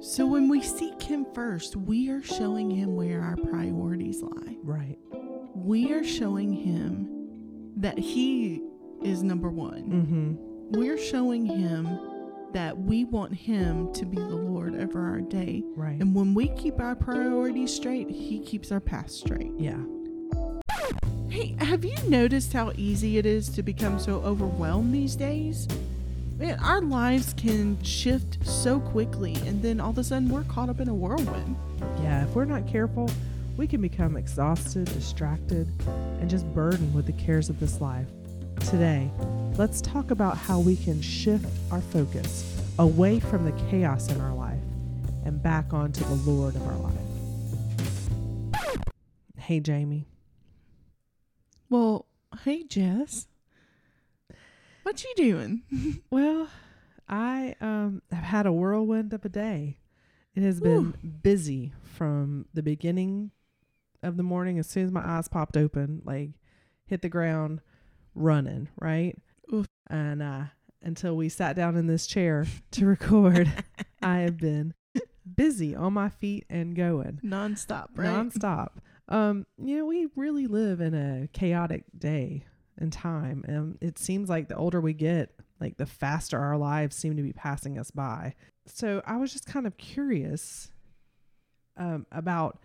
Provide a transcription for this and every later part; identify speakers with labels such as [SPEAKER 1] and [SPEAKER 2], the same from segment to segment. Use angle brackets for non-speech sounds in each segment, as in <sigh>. [SPEAKER 1] So when we seek Him first, we are showing Him where our priorities lie.
[SPEAKER 2] Right.
[SPEAKER 1] We are showing Him that He is number one.
[SPEAKER 2] Mm-hmm.
[SPEAKER 1] We're showing Him that we want Him to be the Lord over our day.
[SPEAKER 2] Right.
[SPEAKER 1] And when we keep our priorities straight, He keeps our path straight.
[SPEAKER 2] yeah.
[SPEAKER 1] Hey, have you noticed how easy it is to become so overwhelmed these days? Man, our lives can shift so quickly, and then all of a sudden we're caught up in a whirlwind.
[SPEAKER 2] Yeah. If we're not careful, we can become exhausted, distracted, and just burdened with the cares of this life. Today, let's talk about how we can shift our focus away from the chaos in our life and back onto the Lord of our life. Hey, Jamie.
[SPEAKER 1] Well, hey, Jess. What you doing?
[SPEAKER 2] Well, I um, have had a whirlwind of a day. It has been busy from the beginning of the morning. As soon as my eyes popped open, like hit the ground running, right?
[SPEAKER 1] Oof.
[SPEAKER 2] And uh, until we sat down in this chair to record, I have been busy on my feet and going
[SPEAKER 1] Nonstop, right?
[SPEAKER 2] nonstop. Um, you know, we really live in a chaotic day and time. And it seems like the older we get, like the faster our lives seem to be passing us by. So I was just kind of curious um, about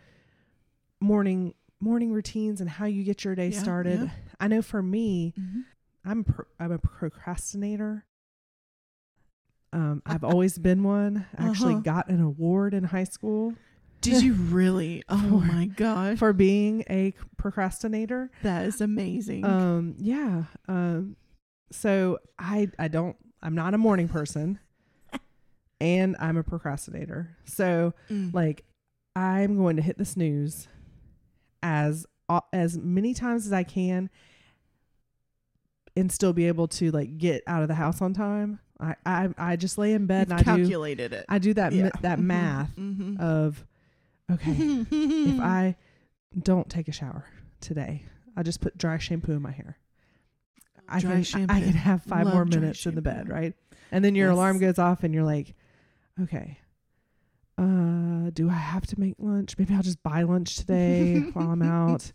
[SPEAKER 2] morning morning routines and how you get your day
[SPEAKER 1] Yeah,
[SPEAKER 2] started.
[SPEAKER 1] yeah.
[SPEAKER 2] I know for me,
[SPEAKER 1] Mhm.
[SPEAKER 2] I'm pro- I'm a procrastinator. Um, I've always been one. I actually
[SPEAKER 1] Uh-huh.
[SPEAKER 2] got an award in high school
[SPEAKER 1] Did
[SPEAKER 2] <laughs>
[SPEAKER 1] you really? Oh
[SPEAKER 2] For-
[SPEAKER 1] my gosh.
[SPEAKER 2] for being a procrastinator.
[SPEAKER 1] That is amazing.
[SPEAKER 2] Um, yeah. Um, so I I don't I'm not a morning person, and I'm a procrastinator. So
[SPEAKER 1] Mm.
[SPEAKER 2] like I'm going to hit the snooze as as many times as I can, and still be able to like get out of the house on time. I I, I just lay in bed
[SPEAKER 1] You've
[SPEAKER 2] and I do
[SPEAKER 1] calculated it.
[SPEAKER 2] I do that
[SPEAKER 1] Yeah.
[SPEAKER 2] ma- that
[SPEAKER 1] Mhm.
[SPEAKER 2] math
[SPEAKER 1] Mhm.
[SPEAKER 2] of okay
[SPEAKER 1] <laughs> Mm-hmm.
[SPEAKER 2] if I don't take a shower today, I just put dry shampoo in my hair. I
[SPEAKER 1] Dry
[SPEAKER 2] can I
[SPEAKER 1] shampoo.
[SPEAKER 2] can have five
[SPEAKER 1] Love
[SPEAKER 2] more
[SPEAKER 1] dry
[SPEAKER 2] minutes in the bed,
[SPEAKER 1] shampoo.
[SPEAKER 2] right? And then your alarm
[SPEAKER 1] Yes.
[SPEAKER 2] goes off, and you're like, okay, uh, do I have to make lunch? Maybe I'll just buy lunch
[SPEAKER 1] <laughs>
[SPEAKER 2] today while I'm out,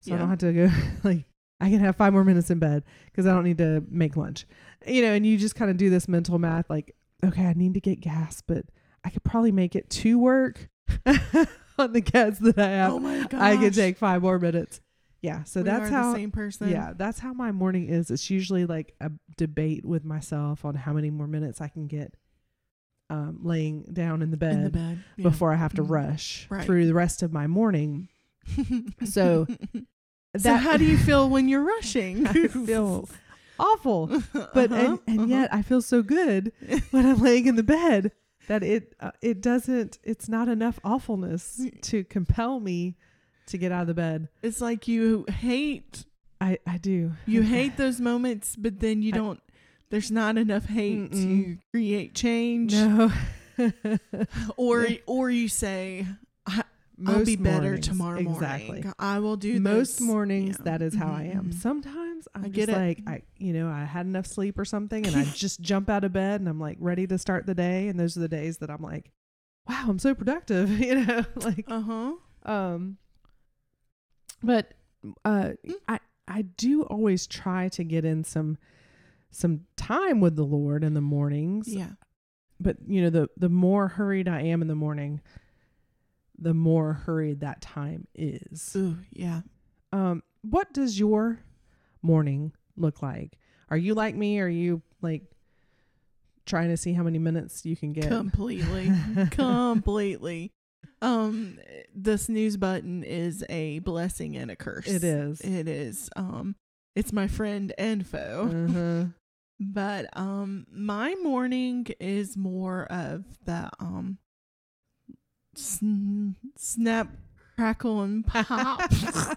[SPEAKER 2] so I
[SPEAKER 1] Yeah.
[SPEAKER 2] don't have to go. <laughs> like, I can have five more minutes in bed because I don't need to make lunch, you know. And you just kind of do this mental math, like, okay, I need to get gas, but I could probably make it to work <laughs> on the gas that I have.
[SPEAKER 1] oh my gosh.
[SPEAKER 2] I could take five more minutes. Yeah. So
[SPEAKER 1] We
[SPEAKER 2] that's
[SPEAKER 1] are
[SPEAKER 2] how.
[SPEAKER 1] the same person.
[SPEAKER 2] Yeah, that's how my morning is. It's usually like a debate with myself on how many more minutes I can get um, laying down in the bed,
[SPEAKER 1] in the bed yeah. <laughs>
[SPEAKER 2] before I have to
[SPEAKER 1] Mhm.
[SPEAKER 2] rush
[SPEAKER 1] Right.
[SPEAKER 2] through the rest of my morning. So
[SPEAKER 1] so how do you feel when you're rushing?
[SPEAKER 2] <laughs> I feel awful, but
[SPEAKER 1] Uh-huh,
[SPEAKER 2] and, and
[SPEAKER 1] uh-huh.
[SPEAKER 2] yet I feel so good when I'm laying in the bed that it uh, it doesn't. It's not enough awfulness to compel me to get out of the bed.
[SPEAKER 1] <laughs> it's like you hate
[SPEAKER 2] I I do.
[SPEAKER 1] you
[SPEAKER 2] <laughs> I-
[SPEAKER 1] hate those moments, but then you
[SPEAKER 2] I-
[SPEAKER 1] don't. there's not enough hate to
[SPEAKER 2] Mm-mm.
[SPEAKER 1] create change,
[SPEAKER 2] No. <laughs>
[SPEAKER 1] or
[SPEAKER 2] Yeah.
[SPEAKER 1] or you say I'll be better tomorrow
[SPEAKER 2] Exactly.
[SPEAKER 1] morning. I will do
[SPEAKER 2] Most
[SPEAKER 1] this.
[SPEAKER 2] mornings,
[SPEAKER 1] Yeah.
[SPEAKER 2] that is how I am.
[SPEAKER 1] Mhm.
[SPEAKER 2] Sometimes I'm
[SPEAKER 1] I get
[SPEAKER 2] just
[SPEAKER 1] it.
[SPEAKER 2] like, I, you know, I had enough sleep or something,
[SPEAKER 1] <laughs>
[SPEAKER 2] and I just jump out of bed and I'm like ready to start the day. And those are the days that I'm like, wow, I'm so productive, <laughs> you know, like,
[SPEAKER 1] Uh huh.
[SPEAKER 2] um, but uh, I I do always try to get in some some time with the Lord in the mornings.
[SPEAKER 1] Yeah.
[SPEAKER 2] but you know the the more hurried i am in the morning the more hurried that time is
[SPEAKER 1] Ooh, yeah.
[SPEAKER 2] um what does your morning look like are you like me are you like trying to see how many minutes you can get <laughs>
[SPEAKER 1] Completely. completely. Um, the snooze button is a blessing and a curse.
[SPEAKER 2] it is
[SPEAKER 1] It is. Um, it's my friend and foe.
[SPEAKER 2] uh-huh.
[SPEAKER 1] But um my morning is more of the um sn- snap crackle and pop <laughs>
[SPEAKER 2] <laughs>
[SPEAKER 1] the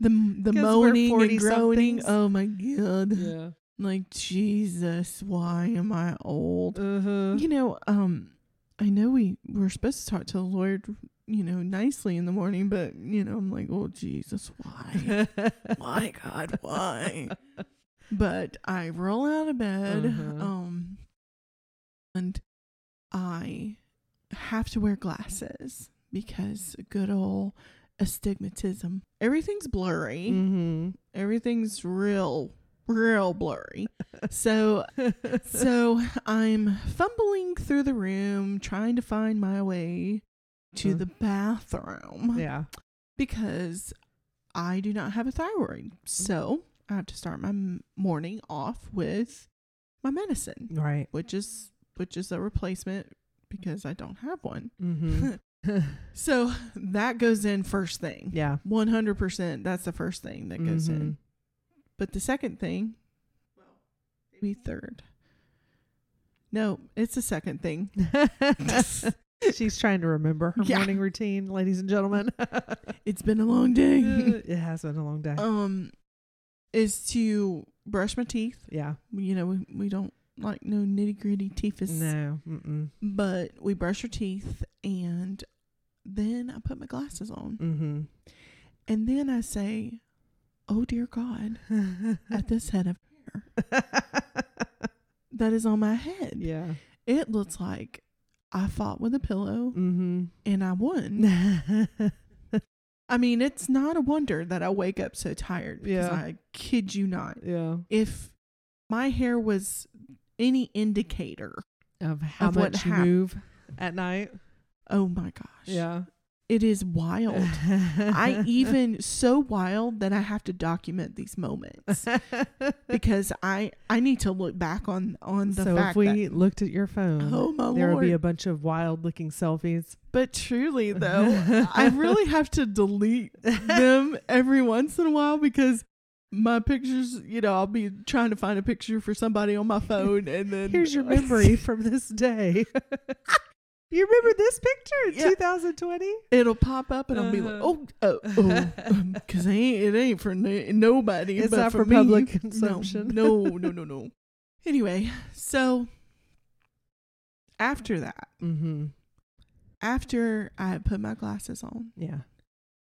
[SPEAKER 1] the
[SPEAKER 2] 'Cause we're
[SPEAKER 1] moaning and
[SPEAKER 2] 40
[SPEAKER 1] groaning
[SPEAKER 2] somethings.
[SPEAKER 1] oh my god
[SPEAKER 2] yeah
[SPEAKER 1] like Jesus why am I old
[SPEAKER 2] uh-huh
[SPEAKER 1] you know um I know we we're supposed to talk to the Lord you know nicely in the morning but you know I'm like oh Jesus
[SPEAKER 2] <laughs>
[SPEAKER 1] why my god why but i Uh-huh. roll out of bed
[SPEAKER 2] Uh-huh.
[SPEAKER 1] um and um, i have to wear glasses because good old astigmatism. Everything's blurry.
[SPEAKER 2] Mm-hmm.
[SPEAKER 1] Everything's real, real blurry. <laughs> so, so I'm fumbling through the room trying to find my way to
[SPEAKER 2] Mhm.
[SPEAKER 1] the bathroom
[SPEAKER 2] Yeah.
[SPEAKER 1] because I do not have a thyroid. So I have to start my m- morning off with my medicine,
[SPEAKER 2] Right.
[SPEAKER 1] which is which is a replacement because I don't have one. Hmm.
[SPEAKER 2] Mm-hmm.
[SPEAKER 1] <laughs> So that goes in first thing.
[SPEAKER 2] yeah. Mm-hmm.
[SPEAKER 1] 100% that's the first thing that goes in. But the second thing, well, maybe third. No, it's the second
[SPEAKER 2] <laughs>
[SPEAKER 1] thing. <laughs>
[SPEAKER 2] Mhm. She's trying to remember her
[SPEAKER 1] Yeah.
[SPEAKER 2] morning routine, ladies
[SPEAKER 1] <laughs>
[SPEAKER 2] and gentlemen. <laughs>
[SPEAKER 1] It's been a long day.
[SPEAKER 2] it has been a long day.
[SPEAKER 1] um is to brush my teeth.
[SPEAKER 2] yeah.
[SPEAKER 1] You know, we, we don't like no nitty-gritty teethus,
[SPEAKER 2] No. Mm-mm.
[SPEAKER 1] but we brush our teeth and then I put my glasses on. <laughs>
[SPEAKER 2] Mm-hmm.
[SPEAKER 1] And then I say, "Oh dear
[SPEAKER 2] <laughs>
[SPEAKER 1] god, at this head of hair that is on my head."
[SPEAKER 2] yeah.
[SPEAKER 1] It looks like I fought with a pillow
[SPEAKER 2] Mm-hmm.
[SPEAKER 1] and I won. <laughs>
[SPEAKER 2] yeah.
[SPEAKER 1] I mean, it's not a wonder that I wake up so tired because
[SPEAKER 2] Yeah.
[SPEAKER 1] I kid you not. If my hair was any indicator,
[SPEAKER 2] Of how
[SPEAKER 1] Of what
[SPEAKER 2] much you
[SPEAKER 1] hap-
[SPEAKER 2] move at night.
[SPEAKER 1] oh my gosh.
[SPEAKER 2] Yeah.
[SPEAKER 1] It is wild.
[SPEAKER 2] <laughs>
[SPEAKER 1] I even so wild that I have to document these
[SPEAKER 2] <laughs>
[SPEAKER 1] moments because I I need to look back on on the
[SPEAKER 2] so
[SPEAKER 1] fact
[SPEAKER 2] if we
[SPEAKER 1] that
[SPEAKER 2] <laughs> looked at your phone,
[SPEAKER 1] oh my
[SPEAKER 2] there would
[SPEAKER 1] lord.
[SPEAKER 2] be a bunch of wild looking <laughs> selfies.
[SPEAKER 1] but truly though, I really have to delete them every once in a while because my pictures, you know, I'll be trying to find a picture for somebody on my phone and then <laughs>
[SPEAKER 2] Here's <laughs> your memory from this day. <laughs> you remember this picture in
[SPEAKER 1] Yeah.
[SPEAKER 2] 2020?
[SPEAKER 1] It'll pop up and I'll be like,
[SPEAKER 2] Uh-huh.
[SPEAKER 1] oh, oh, oh,
[SPEAKER 2] <laughs>
[SPEAKER 1] because ain't, it ain't for no, nobody.
[SPEAKER 2] It's
[SPEAKER 1] but
[SPEAKER 2] not
[SPEAKER 1] for
[SPEAKER 2] for
[SPEAKER 1] me. <laughs>
[SPEAKER 2] public
[SPEAKER 1] No,
[SPEAKER 2] consumption.
[SPEAKER 1] No, no, no, no. <laughs> Anyway, so after that,
[SPEAKER 2] Mm-hmm.
[SPEAKER 1] after I had put my glasses on,
[SPEAKER 2] Yeah.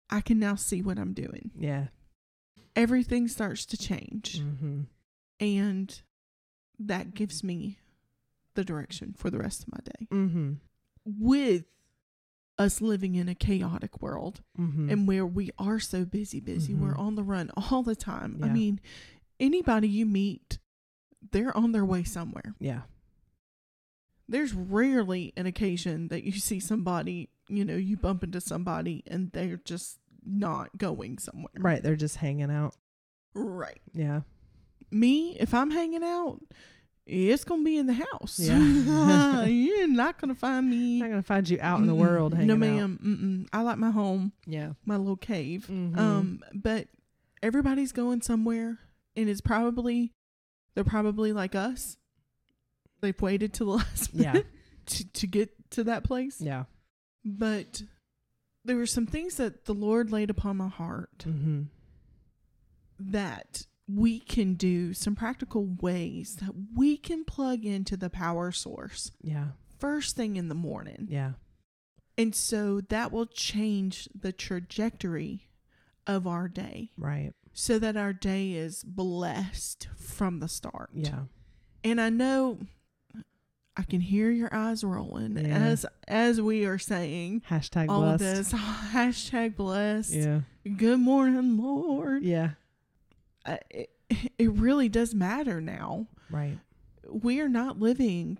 [SPEAKER 1] I can now see what I'm doing.
[SPEAKER 2] Yeah.
[SPEAKER 1] Everything starts to change.
[SPEAKER 2] Mm-hmm.
[SPEAKER 1] and that gives me the direction for the rest of my day
[SPEAKER 2] Mm-hmm.
[SPEAKER 1] with us living in a chaotic world
[SPEAKER 2] Mm-hmm.
[SPEAKER 1] and where we are so busy busy we're
[SPEAKER 2] Mhm.
[SPEAKER 1] on the run <laughs> all the time i
[SPEAKER 2] Yeah.
[SPEAKER 1] mean anybody you meet they're on their way somewhere
[SPEAKER 2] yeah.
[SPEAKER 1] there's rarely an occasion that you see somebody you know you bump into somebody and they're just not going somewhere
[SPEAKER 2] Right. They're just hanging out.
[SPEAKER 1] right
[SPEAKER 2] Yeah.
[SPEAKER 1] me, if I'm hanging out, it's gonna be in the house.
[SPEAKER 2] Yeah.
[SPEAKER 1] <laughs> You're not gonna find me
[SPEAKER 2] Not gonna find you out in the
[SPEAKER 1] Mm-mm.
[SPEAKER 2] world hanging
[SPEAKER 1] No,
[SPEAKER 2] out.
[SPEAKER 1] ma'am. Mm-mm. I like my home,
[SPEAKER 2] Yeah.
[SPEAKER 1] my little cave.
[SPEAKER 2] Mm-hmm.
[SPEAKER 1] Um, but everybody's going somewhere, and it's probably they're probably like us. They've waited till the last
[SPEAKER 2] <laughs> Yeah.
[SPEAKER 1] minute <laughs> to to get to that place.
[SPEAKER 2] Yeah.
[SPEAKER 1] But there were some things that the Lord laid upon my heart
[SPEAKER 2] Mm-hmm.
[SPEAKER 1] that we can do some practical ways that we can plug into the power source
[SPEAKER 2] Yeah.
[SPEAKER 1] first thing in the morning.
[SPEAKER 2] Yeah.
[SPEAKER 1] And so that will change the trajectory of our day
[SPEAKER 2] Right.
[SPEAKER 1] so that our day is blessed from the start.
[SPEAKER 2] Yeah.
[SPEAKER 1] And I know I can hear your eyes rolling
[SPEAKER 2] Yeah.
[SPEAKER 1] as as we are saying
[SPEAKER 2] Hashtag
[SPEAKER 1] all
[SPEAKER 2] blessed.
[SPEAKER 1] of this <laughs> hashtag blessed.
[SPEAKER 2] Yeah.
[SPEAKER 1] Good morning, Lord.
[SPEAKER 2] Yeah.
[SPEAKER 1] I, it, it really does matter now
[SPEAKER 2] Right.
[SPEAKER 1] we are not living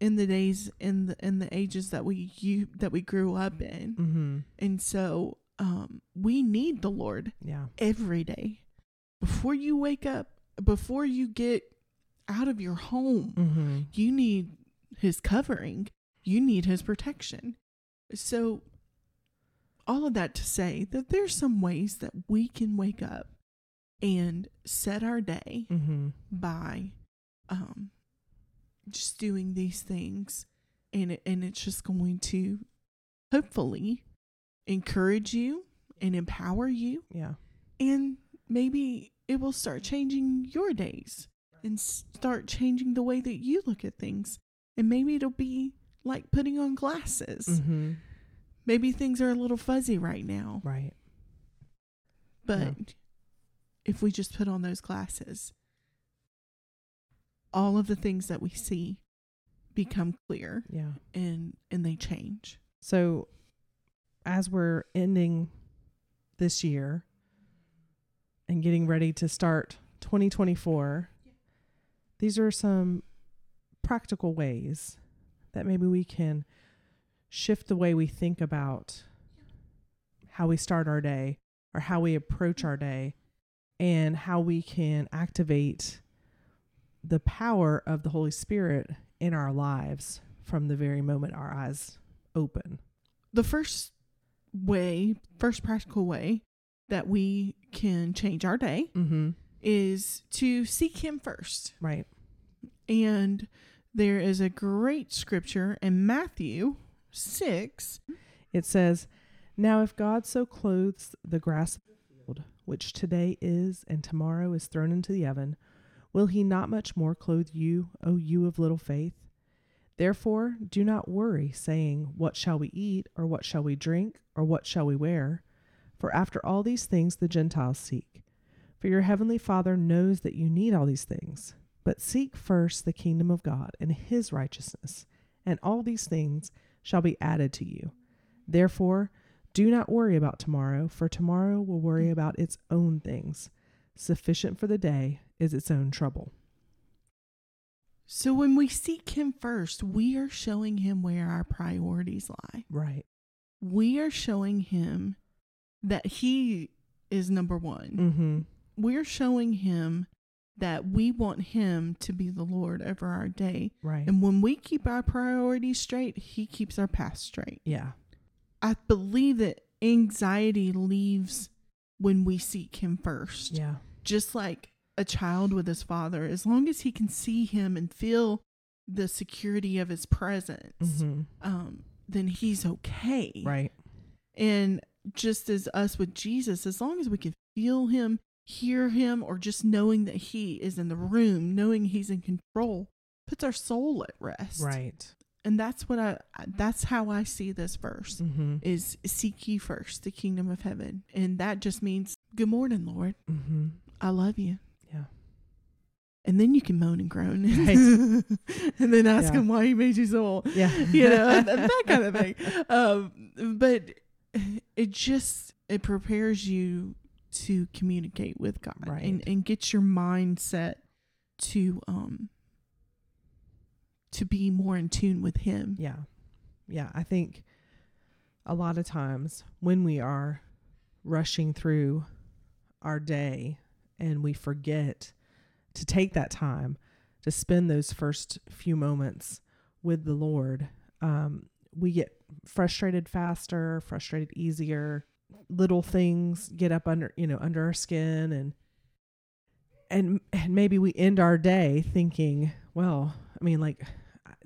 [SPEAKER 1] in the days in the in the ages that we you that we grew up in
[SPEAKER 2] Mm-hmm.
[SPEAKER 1] and so um we need the lord
[SPEAKER 2] Yeah.
[SPEAKER 1] every day before you wake up before you get out of your home
[SPEAKER 2] Mm-hmm.
[SPEAKER 1] you need his covering you need his protection so all of that to say that there's some ways that we can wake up and set our day
[SPEAKER 2] Mm-hmm.
[SPEAKER 1] by um just doing these things and it, and it's just going to hopefully encourage you and empower you
[SPEAKER 2] Yeah.
[SPEAKER 1] and maybe it will start changing your days and start changing the way that you look at things and maybe it'll be like putting on glasses
[SPEAKER 2] Mm-hmm.
[SPEAKER 1] maybe things are a little fuzzy right now
[SPEAKER 2] Right.
[SPEAKER 1] but
[SPEAKER 2] Yeah.
[SPEAKER 1] if we just put on those glasses, all of the things that we see become clear
[SPEAKER 2] Yeah.
[SPEAKER 1] and and they change.
[SPEAKER 2] So, as we're ending this year and getting ready to start 2024, these are some practical ways that maybe we can shift the way we think about how we start our day or how we approach our day and how we can activate the power of the Holy Spirit in our lives from the very moment our eyes open.
[SPEAKER 1] The first way, first practical way that we can change our day
[SPEAKER 2] Mm-hmm.
[SPEAKER 1] is to seek Him first.
[SPEAKER 2] Right.
[SPEAKER 1] And there is a great scripture in Matthew 6.
[SPEAKER 2] It says, Now if God so clothes the grass of the field, which today is and tomorrow is thrown into the oven, will he not much more clothe you, O you of little faith? Therefore, do not worry, saying, What shall we eat, or what shall we drink, or what shall we wear? For after all these things the Gentiles seek. For your heavenly Father knows that you need all these things. But seek first the kingdom of God and his righteousness, and all these things shall be added to you. Therefore, do not worry about tomorrow, for tomorrow will
[SPEAKER 1] Mm.
[SPEAKER 2] worry about its own things. Sufficient for the day is its own trouble.
[SPEAKER 1] So when we seek Him first, we are showing Him where our priorities lie.
[SPEAKER 2] Right.
[SPEAKER 1] We are showing Him that He is number one.
[SPEAKER 2] Mm-hmm.
[SPEAKER 1] We're showing Him that we want Him to be the Lord over our day.
[SPEAKER 2] Right.
[SPEAKER 1] And when we keep our priorities straight, He keeps our path straight.
[SPEAKER 2] yeah.
[SPEAKER 1] I believe that anxiety leaves when we seek Him first.
[SPEAKER 2] Yeah.
[SPEAKER 1] just like a child with his father, as long as he can see him and feel the security of his presence,
[SPEAKER 2] Mm-hmm.
[SPEAKER 1] um, then he's okay.
[SPEAKER 2] Right.
[SPEAKER 1] And just as us with Jesus, as long as we can feel him, hear him, or just knowing that he is in the room, knowing he's in control, puts our soul at rest.
[SPEAKER 2] Right.
[SPEAKER 1] And that's what I, that's how I see this verse
[SPEAKER 2] Mm-hmm.
[SPEAKER 1] is seek ye first the kingdom of heaven. And that just means, good morning, Lord.
[SPEAKER 2] Mm-hmm.
[SPEAKER 1] I love you.
[SPEAKER 2] Yeah.
[SPEAKER 1] And then you can moan and groan.
[SPEAKER 2] Right.
[SPEAKER 1] <laughs> and then ask
[SPEAKER 2] Yeah.
[SPEAKER 1] him why he made you so old. <laughs>
[SPEAKER 2] Yeah.
[SPEAKER 1] You
[SPEAKER 2] <laughs>
[SPEAKER 1] know, that kind of thing. Um, but it just it prepares you to communicate with God and,
[SPEAKER 2] Right.
[SPEAKER 1] and get your mindset to um to be more in tune with him.
[SPEAKER 2] Yeah. Yeah. I think a lot of times when we are rushing through our day and we forget to take that time to spend those first few moments with the Lord, um, we get frustrated faster, frustrated easier. Little things get up under, you know, under our skin and and and maybe we end our day thinking, well, I mean, like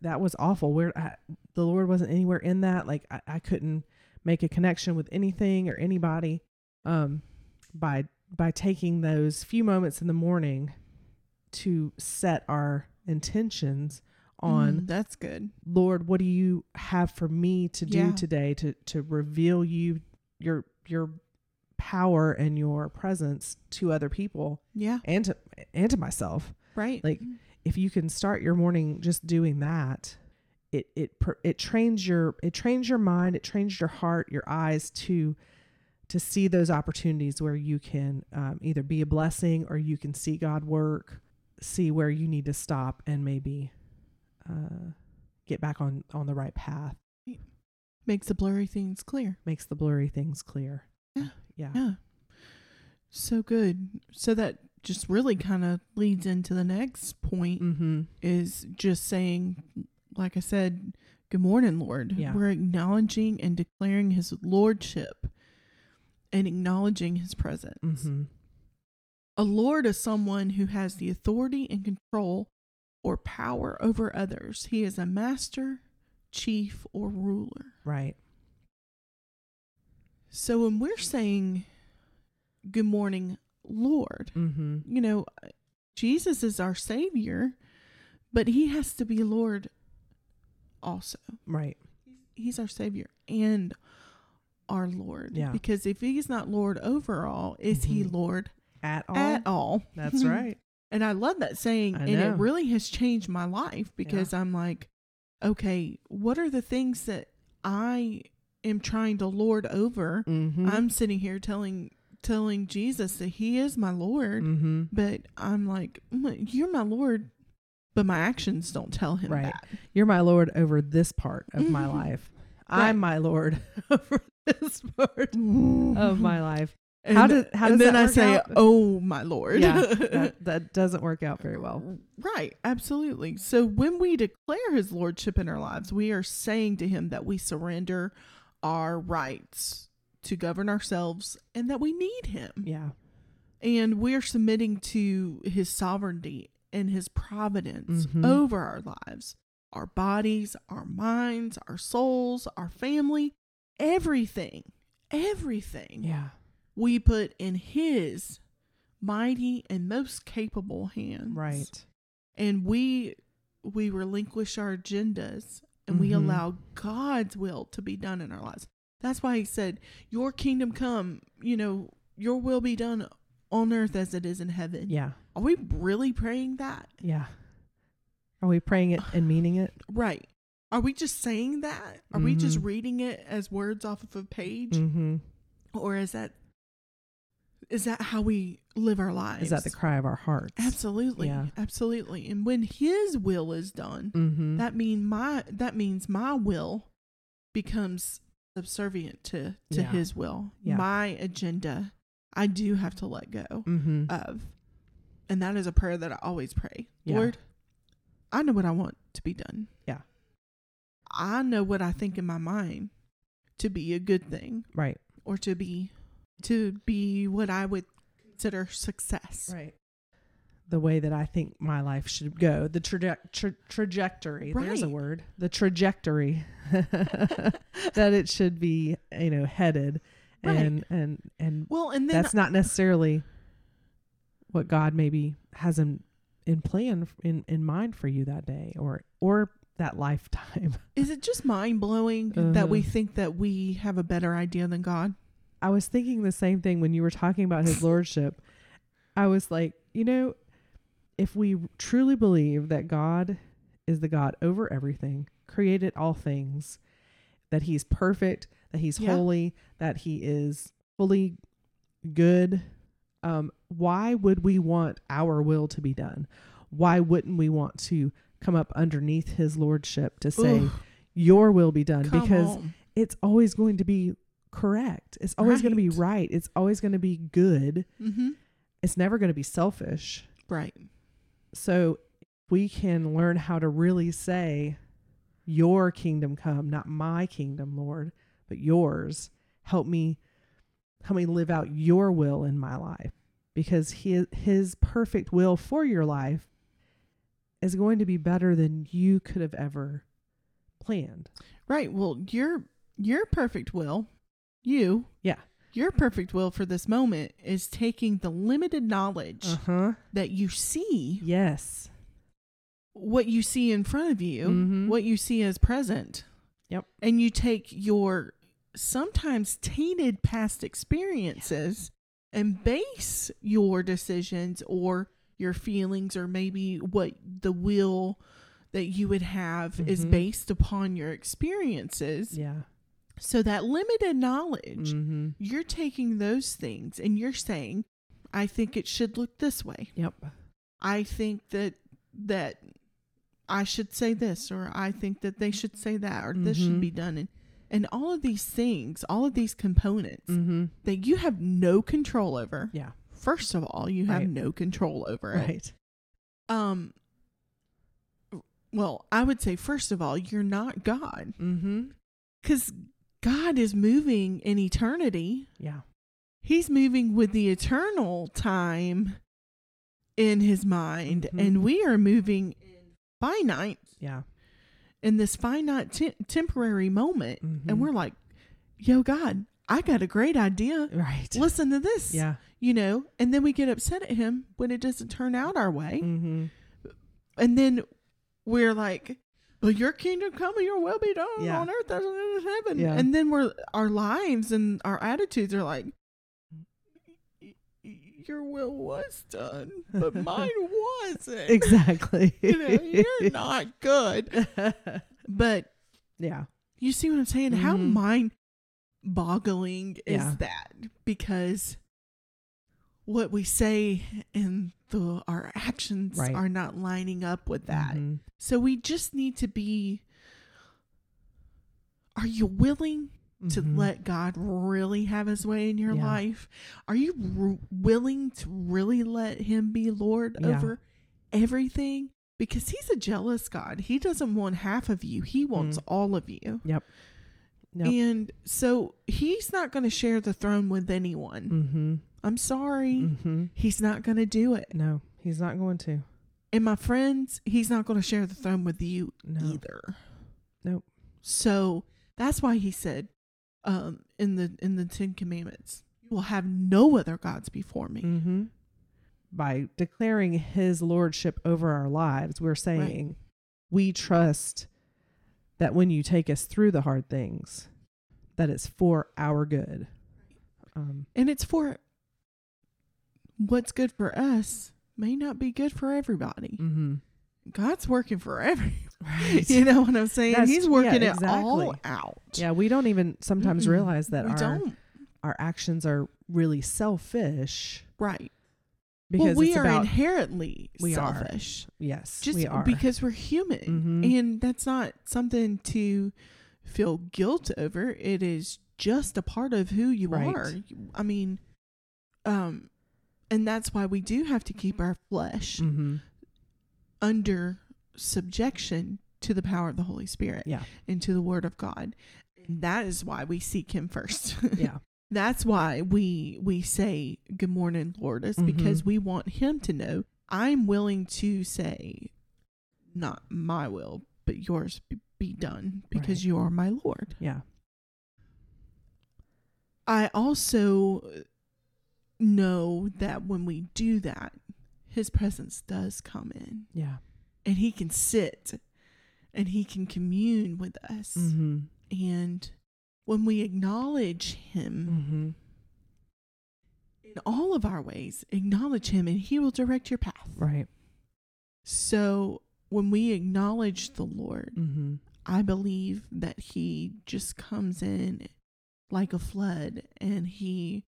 [SPEAKER 2] that was awful. Where I, the Lord wasn't anywhere in that. Like I, I couldn't make a connection with anything or anybody. Um, by by taking those few moments in the morning to set our intentions on
[SPEAKER 1] Mm, that's good.
[SPEAKER 2] Lord, what do you have for me to do
[SPEAKER 1] Yeah.
[SPEAKER 2] today to to reveal you your your power and your presence to other people
[SPEAKER 1] Yeah.
[SPEAKER 2] and to and to myself.
[SPEAKER 1] Right.
[SPEAKER 2] Like if you can start your morning just doing that, it it pr- it trains your it trains your mind, it trains your heart, your eyes to to see those opportunities where you can um, either be a blessing or you can see God work, see where you need to stop and maybe uh, get back on on the right path.
[SPEAKER 1] makes the blurry things clear.
[SPEAKER 2] Makes the blurry things clear.
[SPEAKER 1] Yeah.
[SPEAKER 2] Yeah.
[SPEAKER 1] Yeah. So good. So that just really kind of leads into the next point
[SPEAKER 2] Mm-hmm.
[SPEAKER 1] is just saying, like I said, good morning, Lord.
[SPEAKER 2] Yeah.
[SPEAKER 1] We're acknowledging and declaring his lordship and acknowledging his presence.
[SPEAKER 2] Mm-hmm.
[SPEAKER 1] A lord is someone who has the authority and control or power over others, he is a master, chief, or ruler.
[SPEAKER 2] Right.
[SPEAKER 1] So when we're saying, good morning, Lord,
[SPEAKER 2] Mm-hmm.
[SPEAKER 1] you know, Jesus is our Savior, but He has to be Lord also.
[SPEAKER 2] Right.
[SPEAKER 1] He's our Savior and our Lord.
[SPEAKER 2] Yeah.
[SPEAKER 1] Because if He's not Lord over all, is He
[SPEAKER 2] Mhm.
[SPEAKER 1] Lord
[SPEAKER 2] At all.
[SPEAKER 1] at all?
[SPEAKER 2] That's right.
[SPEAKER 1] <laughs> And I love that saying.
[SPEAKER 2] I
[SPEAKER 1] and
[SPEAKER 2] know.
[SPEAKER 1] it really has changed my life because I'm like, okay, what are the things that I am trying to lord over.
[SPEAKER 2] Mm-hmm.
[SPEAKER 1] <laughs> I'm sitting here telling telling Jesus that he is my lord,
[SPEAKER 2] mm-hmm.
[SPEAKER 1] but I'm like, "Mm, you're my lord, but my actions don't tell him
[SPEAKER 2] Right. Mm-hmm.
[SPEAKER 1] that.
[SPEAKER 2] You're my Lord over this part of my
[SPEAKER 1] Mhm.
[SPEAKER 2] life.
[SPEAKER 1] Right.
[SPEAKER 2] I'm my Lord <laughs> over this part
[SPEAKER 1] <laughs>
[SPEAKER 2] of Oh, my life.
[SPEAKER 1] And,
[SPEAKER 2] Mm-hmm. How did- how
[SPEAKER 1] and
[SPEAKER 2] does
[SPEAKER 1] then
[SPEAKER 2] that
[SPEAKER 1] I
[SPEAKER 2] work
[SPEAKER 1] say,
[SPEAKER 2] out? <laughs>
[SPEAKER 1] "Oh my lord." <laughs>
[SPEAKER 2] Yeah, that, that doesn't work out very well.
[SPEAKER 1] Right, absolutely. So when we declare his lordship in our lives, we are saying to him that we surrender our rights to govern ourselves and that we need him.
[SPEAKER 2] Yeah.
[SPEAKER 1] And we're submitting to his sovereignty and his providence
[SPEAKER 2] Mhm.
[SPEAKER 1] over our lives, our bodies, our minds, our souls, our family, everything. Everything
[SPEAKER 2] Yeah.
[SPEAKER 1] we put in his mighty and most capable hands
[SPEAKER 2] Right.
[SPEAKER 1] and we we relinquish our agendas and we
[SPEAKER 2] Mhm.
[SPEAKER 1] allow God's will to be done in our lives. That's why he said, "Your kingdom come, you know, your will be done on earth as it is in heaven."
[SPEAKER 2] Yeah.
[SPEAKER 1] Are we really praying that?
[SPEAKER 2] Yeah. Are we praying it and meaning <sighs> it?
[SPEAKER 1] Right. Are we just saying that? Are we just
[SPEAKER 2] Mhm.
[SPEAKER 1] reading it as words off of a page
[SPEAKER 2] Mm-hmm.
[SPEAKER 1] or is that is that how we live our lives?
[SPEAKER 2] Is that the cry of our hearts?
[SPEAKER 1] Absolutely.
[SPEAKER 2] Yeah.
[SPEAKER 1] Absolutely. And when his will is done,
[SPEAKER 2] Mm-hmm.
[SPEAKER 1] that mean my that means my will becomes subservient to to
[SPEAKER 2] Yeah.
[SPEAKER 1] his will
[SPEAKER 2] Yeah.
[SPEAKER 1] my agenda i do have to let go
[SPEAKER 2] mm-hmm.
[SPEAKER 1] of and that is a prayer that i always pray
[SPEAKER 2] Yeah.
[SPEAKER 1] lord i know what i want to be done
[SPEAKER 2] Yeah.
[SPEAKER 1] i know what i think in my mind to be a good thing
[SPEAKER 2] right.
[SPEAKER 1] or to be to be what i would consider success
[SPEAKER 2] Right. The way that I think my life should go, the traje- tra- trajectory. There's a
[SPEAKER 1] Right.
[SPEAKER 2] word. The trajectory <laughs> that it should be, you know, headed,
[SPEAKER 1] Right.
[SPEAKER 2] and and and
[SPEAKER 1] well and then
[SPEAKER 2] that's not necessarily what God maybe has in in plan f- in in mind for you that day or or that <laughs> lifetime.
[SPEAKER 1] Is it just mind blowing that we
[SPEAKER 2] Uh-huh.
[SPEAKER 1] think that we have a better idea than God?
[SPEAKER 2] I was thinking the same thing when you were talking about his lordship. I was like, you know, if we truly believe that God is the God over everything, created all things, that he's perfect, that he's
[SPEAKER 1] Yeah.
[SPEAKER 2] holy, that he is fully good, um, why would we want our will to be done? Why wouldn't we want to come up underneath his lordship to say,
[SPEAKER 1] Ugh,
[SPEAKER 2] your will be done?
[SPEAKER 1] come
[SPEAKER 2] because
[SPEAKER 1] on.
[SPEAKER 2] it's always going to be correct. It's always going to be
[SPEAKER 1] Right.
[SPEAKER 2] right. It's always going to be good.
[SPEAKER 1] Mhm.
[SPEAKER 2] It's never going to be selfish.
[SPEAKER 1] right,
[SPEAKER 2] So we can learn how to really say, Your kingdom come, not my kingdom, Lord, but yours. Help me help me live out your will in my life. Because his his perfect will for your life is going to be better than you could have ever planned.
[SPEAKER 1] right. Well, your your perfect will, you,
[SPEAKER 2] Yeah.
[SPEAKER 1] your perfect will for this moment is taking the limited knowledge
[SPEAKER 2] huh.
[SPEAKER 1] that you see,
[SPEAKER 2] Uh-huh. Yes.
[SPEAKER 1] what you see in front of you,
[SPEAKER 2] Mhm.
[SPEAKER 1] what you see as present.
[SPEAKER 2] Yep.
[SPEAKER 1] And you take your sometimes tainted past experiences and base your decisions or your feelings or maybe what the will that you would have is
[SPEAKER 2] Mhm.
[SPEAKER 1] based upon your experiences.
[SPEAKER 2] Yeah.
[SPEAKER 1] So that limited knowledge,
[SPEAKER 2] Mm-hmm.
[SPEAKER 1] you're taking those things and you're saying, I think it should look this way.
[SPEAKER 2] Yep.
[SPEAKER 1] I think that that I should say this or I think that they should say that or this should
[SPEAKER 2] Mhm.
[SPEAKER 1] be done and and all of these things, all of these components
[SPEAKER 2] Mm-hmm.
[SPEAKER 1] that you have no control over.
[SPEAKER 2] Yeah.
[SPEAKER 1] First of all, you have
[SPEAKER 2] Right.
[SPEAKER 1] no control over it.
[SPEAKER 2] Right.
[SPEAKER 1] Um well, I would say first of all, you're not God
[SPEAKER 2] Mm-hmm.
[SPEAKER 1] cuz God is moving in eternity.
[SPEAKER 2] Yeah.
[SPEAKER 1] He's moving with the eternal time in his mind,
[SPEAKER 2] Mhm.
[SPEAKER 1] and we are moving in finite
[SPEAKER 2] Yeah.
[SPEAKER 1] in this finite te- temporary moment.
[SPEAKER 2] Mhm.
[SPEAKER 1] And we're like, yo, God, I got a great idea.
[SPEAKER 2] Right.
[SPEAKER 1] Listen to this.
[SPEAKER 2] Yeah.
[SPEAKER 1] You know, and then we get upset at him when it doesn't turn out our way.
[SPEAKER 2] Mm-hmm.
[SPEAKER 1] And then we're like, well, your kingdom come and your will be done
[SPEAKER 2] Yeah.
[SPEAKER 1] on earth as it is in heaven.
[SPEAKER 2] Yeah.
[SPEAKER 1] And then we're our lives and our attitudes are like, "Y- y- your will was done,
[SPEAKER 2] <laughs>
[SPEAKER 1] but mine wasn't.
[SPEAKER 2] Mm-hmm.
[SPEAKER 1] <laughs>
[SPEAKER 2] Exactly. <laughs>
[SPEAKER 1] You know, you're not good. But
[SPEAKER 2] yeah.
[SPEAKER 1] You see what I'm saying? How
[SPEAKER 2] Mhm.
[SPEAKER 1] mind boggling is
[SPEAKER 2] Yeah.
[SPEAKER 1] that? Because what we say and the our actions
[SPEAKER 2] Right.
[SPEAKER 1] are not lining up with that.
[SPEAKER 2] Mhm.
[SPEAKER 1] So we just need to be are you willing to
[SPEAKER 2] Mhm.
[SPEAKER 1] let God really have his way in your
[SPEAKER 2] Yeah.
[SPEAKER 1] life? Are you r- willing to really let him be Lord
[SPEAKER 2] Yeah.
[SPEAKER 1] over everything? Because he's a jealous God. He doesn't want half of you, he wants all of you.
[SPEAKER 2] Mm. Yep. Yep.
[SPEAKER 1] And so he's not going to share the throne with anyone.
[SPEAKER 2] Mhm.
[SPEAKER 1] I'm sorry.
[SPEAKER 2] Mhm.
[SPEAKER 1] He's not going to do it.
[SPEAKER 2] No, he's not going to.
[SPEAKER 1] And my friends, he's not going to share the throne with you
[SPEAKER 2] No.
[SPEAKER 1] either.
[SPEAKER 2] Nope.
[SPEAKER 1] So that's why he said um, in the in the Ten Commandments, you will have no other gods before me.
[SPEAKER 2] Mhm. By declaring his lordship over our lives, we're saying we trust that when you take us through the hard things, that it's for our good. Um,
[SPEAKER 1] And it's for what's good for us may not be good for everybody.
[SPEAKER 2] mhm.
[SPEAKER 1] God's working for
[SPEAKER 2] <laughs>
[SPEAKER 1] every. <laughs>
[SPEAKER 2] Right.
[SPEAKER 1] You know what I'm saying?
[SPEAKER 2] That's-
[SPEAKER 1] He's working
[SPEAKER 2] yeah,
[SPEAKER 1] it all
[SPEAKER 2] exactly.
[SPEAKER 1] out.
[SPEAKER 2] Yeah, we don't even sometimes
[SPEAKER 1] Mm-mm.
[SPEAKER 2] realize that
[SPEAKER 1] we
[SPEAKER 2] our
[SPEAKER 1] don't.
[SPEAKER 2] our actions are really selfish
[SPEAKER 1] Right. well,
[SPEAKER 2] because
[SPEAKER 1] we
[SPEAKER 2] it's
[SPEAKER 1] are
[SPEAKER 2] about
[SPEAKER 1] inherently
[SPEAKER 2] We are.
[SPEAKER 1] selfish.
[SPEAKER 2] yes,
[SPEAKER 1] Just
[SPEAKER 2] we are.
[SPEAKER 1] because we're human.
[SPEAKER 2] Mhm.
[SPEAKER 1] And that's not something to feel guilt over. It is just a part of who you
[SPEAKER 2] Right.
[SPEAKER 1] are. I mean, um, and that's why we do have to keep our flesh
[SPEAKER 2] Mhm.
[SPEAKER 1] under subjection to the power of the Holy Spirit
[SPEAKER 2] Yeah.
[SPEAKER 1] and to the Word of God. And that is why we seek Him first. <laughs>
[SPEAKER 2] Yeah,
[SPEAKER 1] that's why we we say good morning lord
[SPEAKER 2] Mm-hmm.
[SPEAKER 1] is because we want him to know i'm willing to say not my will but yours be- be done because
[SPEAKER 2] Right.
[SPEAKER 1] you are my lord
[SPEAKER 2] yeah.
[SPEAKER 1] i also know that when we do that his presence does come in <laughs>
[SPEAKER 2] Yeah.
[SPEAKER 1] and he can sit and he can commune with us
[SPEAKER 2] Mm-hmm.
[SPEAKER 1] and when we acknowledge him
[SPEAKER 2] Mm-hmm.
[SPEAKER 1] in all of our ways acknowledge him and he will direct your path
[SPEAKER 2] Right.
[SPEAKER 1] so when we acknowledge the lord
[SPEAKER 2] Mm-hmm.
[SPEAKER 1] i believe that he just comes in like a flood and he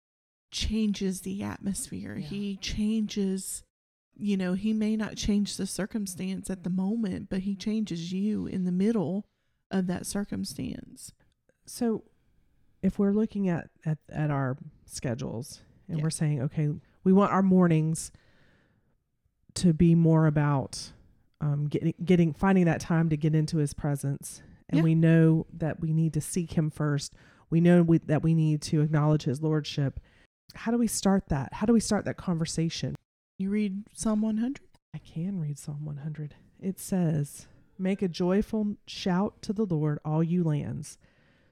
[SPEAKER 1] changes the atmosphere
[SPEAKER 2] Yeah.
[SPEAKER 1] he changes you know he may not change the circumstance at the moment but he changes you in the middle of that circumstance
[SPEAKER 2] So, if we're looking at at, at our schedules and
[SPEAKER 1] Yeah.
[SPEAKER 2] we're saying, okay, we want our mornings to be more about um, getting getting finding that time to get into His presence, and
[SPEAKER 1] Yeah.
[SPEAKER 2] we know that we need to seek Him first. We know we, that we need to acknowledge His lordship. How do we start that? How do we start that conversation?
[SPEAKER 1] you read psalm 100
[SPEAKER 2] I can read Psalm 100. It says, Make a joyful shout to the Lord, all you lands.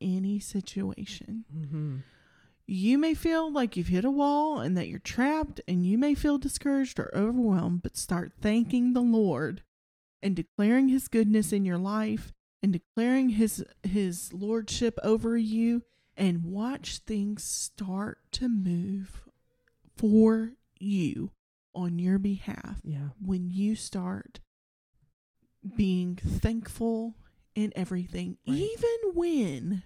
[SPEAKER 1] any situation.
[SPEAKER 2] Mm-hmm.
[SPEAKER 1] You may feel like you've hit a wall and that you're trapped, and you may feel discouraged or overwhelmed, but start thanking the Lord and declaring his goodness in your life and declaring his his lordship over you and watch things start to move for you on your behalf
[SPEAKER 2] Yeah.
[SPEAKER 1] when you start being thankful in everything,
[SPEAKER 2] Right.
[SPEAKER 1] even when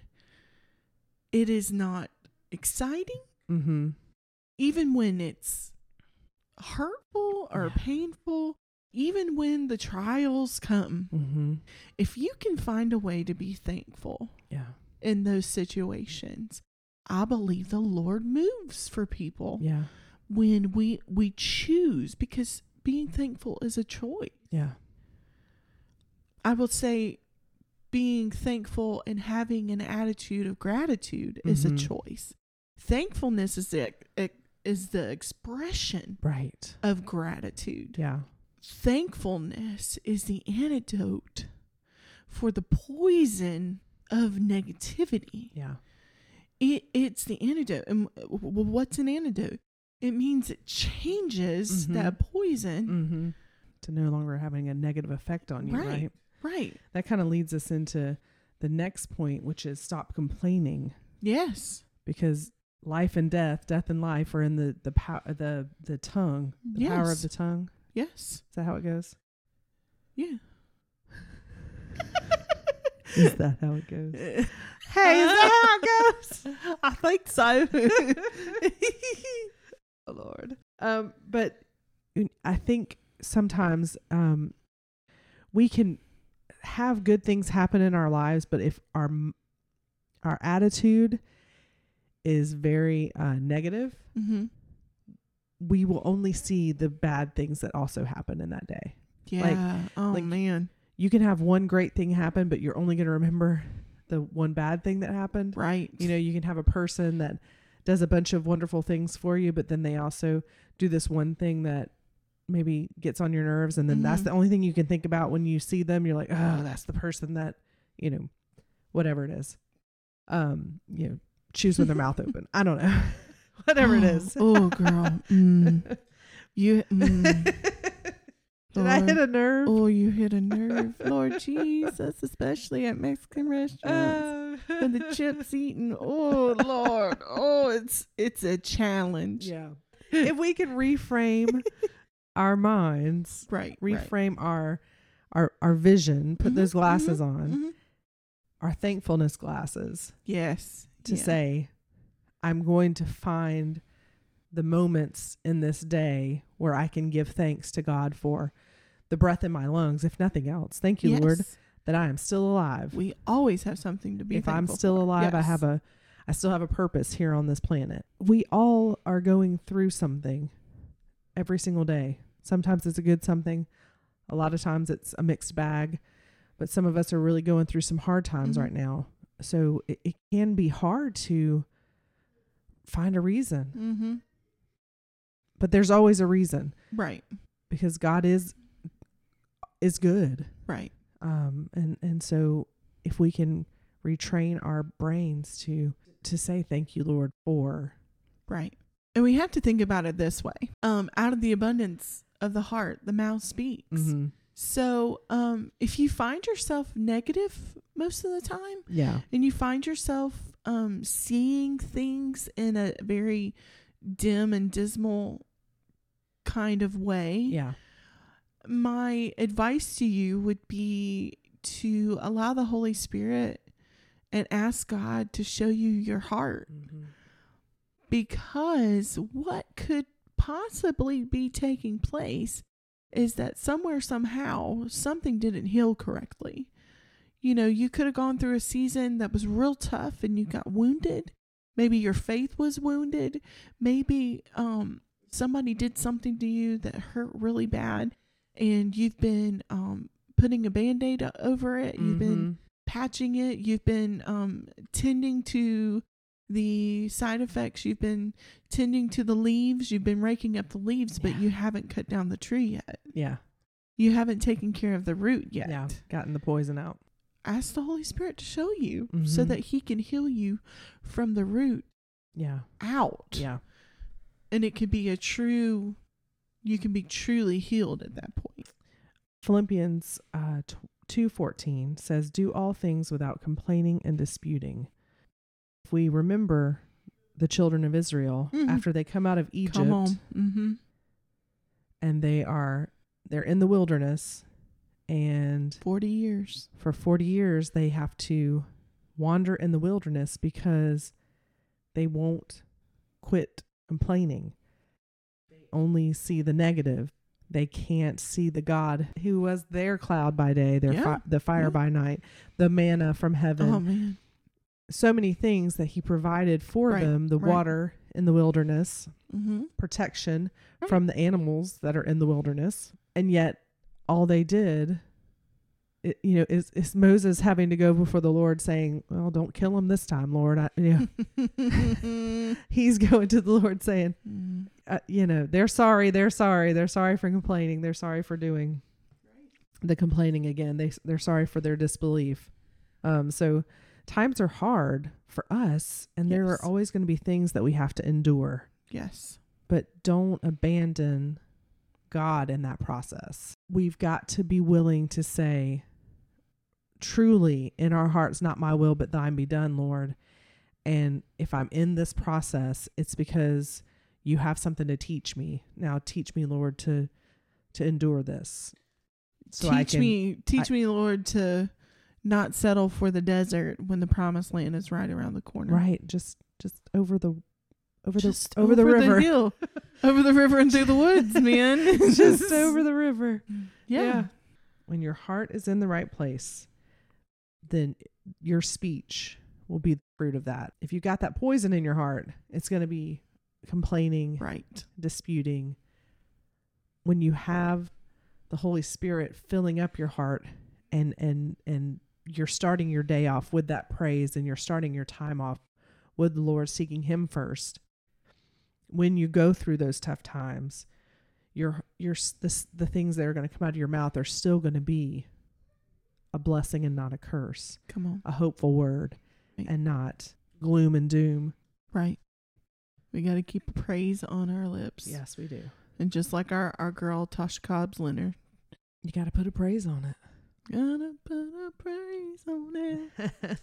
[SPEAKER 1] it is not exciting,
[SPEAKER 2] Mm-hmm.
[SPEAKER 1] even when it's hurtful or
[SPEAKER 2] Yeah.
[SPEAKER 1] painful, even when the trials come,
[SPEAKER 2] Mm-hmm.
[SPEAKER 1] if you can find a way to be thankful
[SPEAKER 2] Yeah.
[SPEAKER 1] in those situations, I believe the Lord moves for people
[SPEAKER 2] Yeah.
[SPEAKER 1] when we we choose because being thankful is a choice.
[SPEAKER 2] Yeah.
[SPEAKER 1] I will say being thankful and having an attitude of gratitude is a
[SPEAKER 2] Mhm.
[SPEAKER 1] choice. Thankfulness is the ex- is the expression
[SPEAKER 2] Right.
[SPEAKER 1] of gratitude.
[SPEAKER 2] Yeah.
[SPEAKER 1] Thankfulness is the antidote for the poison of negativity.
[SPEAKER 2] Yeah.
[SPEAKER 1] It, it's the antidote. And w- w- what's an antidote? It means it changes
[SPEAKER 2] Mhm.
[SPEAKER 1] that poison.
[SPEAKER 2] Mm-hmm. To no longer having a negative effect on you,
[SPEAKER 1] Right.
[SPEAKER 2] right?
[SPEAKER 1] Right.
[SPEAKER 2] That kind of leads us into the next point, which is stop complaining
[SPEAKER 1] Yes.
[SPEAKER 2] because life and death, death and life are in the the power the the tongue, the power
[SPEAKER 1] Yes.
[SPEAKER 2] of the tongue.
[SPEAKER 1] Yes.
[SPEAKER 2] Is that how it <laughs> goes? <laughs>
[SPEAKER 1] Yeah.
[SPEAKER 2] Is that how it goes?
[SPEAKER 1] hey,
[SPEAKER 2] Hey, is that
[SPEAKER 1] <laughs>
[SPEAKER 2] how it goes?
[SPEAKER 1] I think so.
[SPEAKER 2] <laughs> oh Lord. Um, but I think sometimes um, we can have good things happen in our lives, but if our m- our attitude is very uh, negative,
[SPEAKER 1] mm-hmm.
[SPEAKER 2] we will only see the bad things that also happen in that day.
[SPEAKER 1] Yeah. oh
[SPEAKER 2] like-
[SPEAKER 1] man.
[SPEAKER 2] You can have one great thing happen, but you're only going to remember the one bad thing that happened.
[SPEAKER 1] Right.
[SPEAKER 2] You know, you can have a person that does a bunch of wonderful things for you, but then they also do this one thing that maybe gets on your nerves. And then that's
[SPEAKER 1] Mhm.
[SPEAKER 2] the only thing you can think about when you see them. You're like, oh, that's the person that, you know, whatever it is. Um, you know, chews with
[SPEAKER 1] <laughs>
[SPEAKER 2] their mouth open. I don't know. <laughs> whatever it
[SPEAKER 1] Oh,
[SPEAKER 2] is.
[SPEAKER 1] oh, girl. Mm. You. Mm.
[SPEAKER 2] <laughs> Did I hit
[SPEAKER 1] Lord.
[SPEAKER 2] a nerve?
[SPEAKER 1] Oh, you hit a nerve,
[SPEAKER 2] <laughs>
[SPEAKER 1] Lord Jesus, especially at Mexican restaurants
[SPEAKER 2] Uh,
[SPEAKER 1] and the
[SPEAKER 2] <laughs>
[SPEAKER 1] chips eaten. Oh, Lord. Oh, it's it's a challenge.
[SPEAKER 2] Yeah. if we can reframe
[SPEAKER 1] <laughs>
[SPEAKER 2] our minds,
[SPEAKER 1] Right. right.
[SPEAKER 2] reframe our our our vision, put
[SPEAKER 1] Mhm,
[SPEAKER 2] those glasses on,
[SPEAKER 1] Mhm.
[SPEAKER 2] our thankfulness glasses
[SPEAKER 1] Yes.
[SPEAKER 2] to
[SPEAKER 1] yeah.
[SPEAKER 2] say I'm going to find the moments in this day where I can give thanks to God for the breath in my lungs, if nothing else. Thank you, Lord,
[SPEAKER 1] Yes.
[SPEAKER 2] that I am still alive.
[SPEAKER 1] We always have something to be
[SPEAKER 2] if I'm
[SPEAKER 1] thankful
[SPEAKER 2] still
[SPEAKER 1] for.
[SPEAKER 2] alive, I
[SPEAKER 1] Yes.
[SPEAKER 2] have a I still have a purpose here on this planet. We all are going through something every single day. Sometimes it's a good something. A lot of times it's a mixed bag, but some of us are really going through some hard times
[SPEAKER 1] Mhm.
[SPEAKER 2] right now. So it, it can be hard to find a reason,
[SPEAKER 1] Mm-hmm.
[SPEAKER 2] but there's always a reason
[SPEAKER 1] Right.
[SPEAKER 2] because God is is good.
[SPEAKER 1] Right.
[SPEAKER 2] um, and and so if we can retrain our brains to to say thank you lord for
[SPEAKER 1] Right. And we have to think about it this way. Um, out of the abundance of the heart, the mouth speaks.
[SPEAKER 2] Mm-hmm.
[SPEAKER 1] So, um, if you find yourself negative most of the time,
[SPEAKER 2] yeah
[SPEAKER 1] and you find yourself um, seeing things in a very dim and dismal kind of way,
[SPEAKER 2] yeah
[SPEAKER 1] my advice to you would be to allow the Holy Spirit and ask God to show you your heart because what could possibly be taking place is that somewhere somehow something didn't heal correctly you know you could have gone through a season that was real tough and you got wounded maybe your faith was wounded maybe um somebody did something to you that hurt really bad and you've been um putting a band-aid o- over it you've
[SPEAKER 2] Mm-hmm.
[SPEAKER 1] been patching it you've been um, tending to the side effects you've been tending to the leaves you've been raking up the leaves but
[SPEAKER 2] Yeah.
[SPEAKER 1] you haven't cut down the tree yet
[SPEAKER 2] yeah
[SPEAKER 1] you haven't taken care of the root yet
[SPEAKER 2] yeah gotten the poison out
[SPEAKER 1] ask the holy spirit to show you so
[SPEAKER 2] Mhm.
[SPEAKER 1] that he can heal you from the root
[SPEAKER 2] yeah
[SPEAKER 1] out
[SPEAKER 2] yeah
[SPEAKER 1] and it could be a true you can be truly healed at that point
[SPEAKER 2] philippians uh, t- 214 says do all things without complaining and disputing if we remember the children of israel
[SPEAKER 1] Mhm.
[SPEAKER 2] after they come out of egypt
[SPEAKER 1] come on mm-hmm.
[SPEAKER 2] and they are they're in the wilderness and
[SPEAKER 1] 40 years
[SPEAKER 2] for 40 years they have to wander in the wilderness because they won't quit complaining they only see the negative they can't see the god who was their cloud by day their
[SPEAKER 1] Yeah.
[SPEAKER 2] fi- the fire
[SPEAKER 1] Yeah.
[SPEAKER 2] by night the manna from heaven
[SPEAKER 1] oh man
[SPEAKER 2] so many things that he provided for
[SPEAKER 1] Right,
[SPEAKER 2] them the
[SPEAKER 1] right.
[SPEAKER 2] water in the wilderness
[SPEAKER 1] mm-hmm. <laughs>
[SPEAKER 2] protection
[SPEAKER 1] Right.
[SPEAKER 2] from the animals that are in the wilderness. And yet, all they did, it, you know, is, is Moses having to go before the Lord saying, Well, don't kill him this time, Lord. I, you know, <laughs>
[SPEAKER 1] Mm-hmm.
[SPEAKER 2] he's going to the Lord saying, uh, You know, they're sorry, they're sorry, they're sorry for complaining, they're sorry for doing the complaining again, they, they're sorry for their disbelief. Um, so, times are hard for us, and there
[SPEAKER 1] Yes.
[SPEAKER 2] are always going to be things that we have to endure.
[SPEAKER 1] Yes.
[SPEAKER 2] But don't abandon God in that process. We've got to be willing to say, truly, in our hearts, not my will, but thine be done, Lord. And if I'm in this process, it's because you have something to teach me. Now teach me, Lord, to to endure this. So I
[SPEAKER 1] teach
[SPEAKER 2] can-
[SPEAKER 1] me, teach me, Lord, to not settle for the desert when the promised land is right around the corner.
[SPEAKER 2] Right. Just just over the over
[SPEAKER 1] Just
[SPEAKER 2] the over, the river.
[SPEAKER 1] hill, <laughs> over the river and through the
[SPEAKER 2] <laughs>
[SPEAKER 1] woods, man. <laughs>
[SPEAKER 2] just over the river.
[SPEAKER 1] Yeah.
[SPEAKER 2] When your heart is in the right place, then your speech will be the fruit of that. If you got that poison in your heart, it's going to be complaining,
[SPEAKER 1] Right.
[SPEAKER 2] disputing. When you have the Holy Spirit filling up your heart and and and you're starting your day off with that praise and you're starting your time off with the Lord seeking him first. When you go through those tough times, your your s- the, s- the things that are going to come out of your mouth are still going to be a blessing and not a curse,
[SPEAKER 1] Come on.
[SPEAKER 2] a hopeful word
[SPEAKER 1] Right.
[SPEAKER 2] and not gloom and doom.
[SPEAKER 1] Right. We got to keep praise on our lips.
[SPEAKER 2] Yes, we do.
[SPEAKER 1] And just like our, our girl, Tosh Cobbs Leonard,
[SPEAKER 2] You got to put a praise on it.
[SPEAKER 1] gonna put a praise on it.
[SPEAKER 2] <laughs>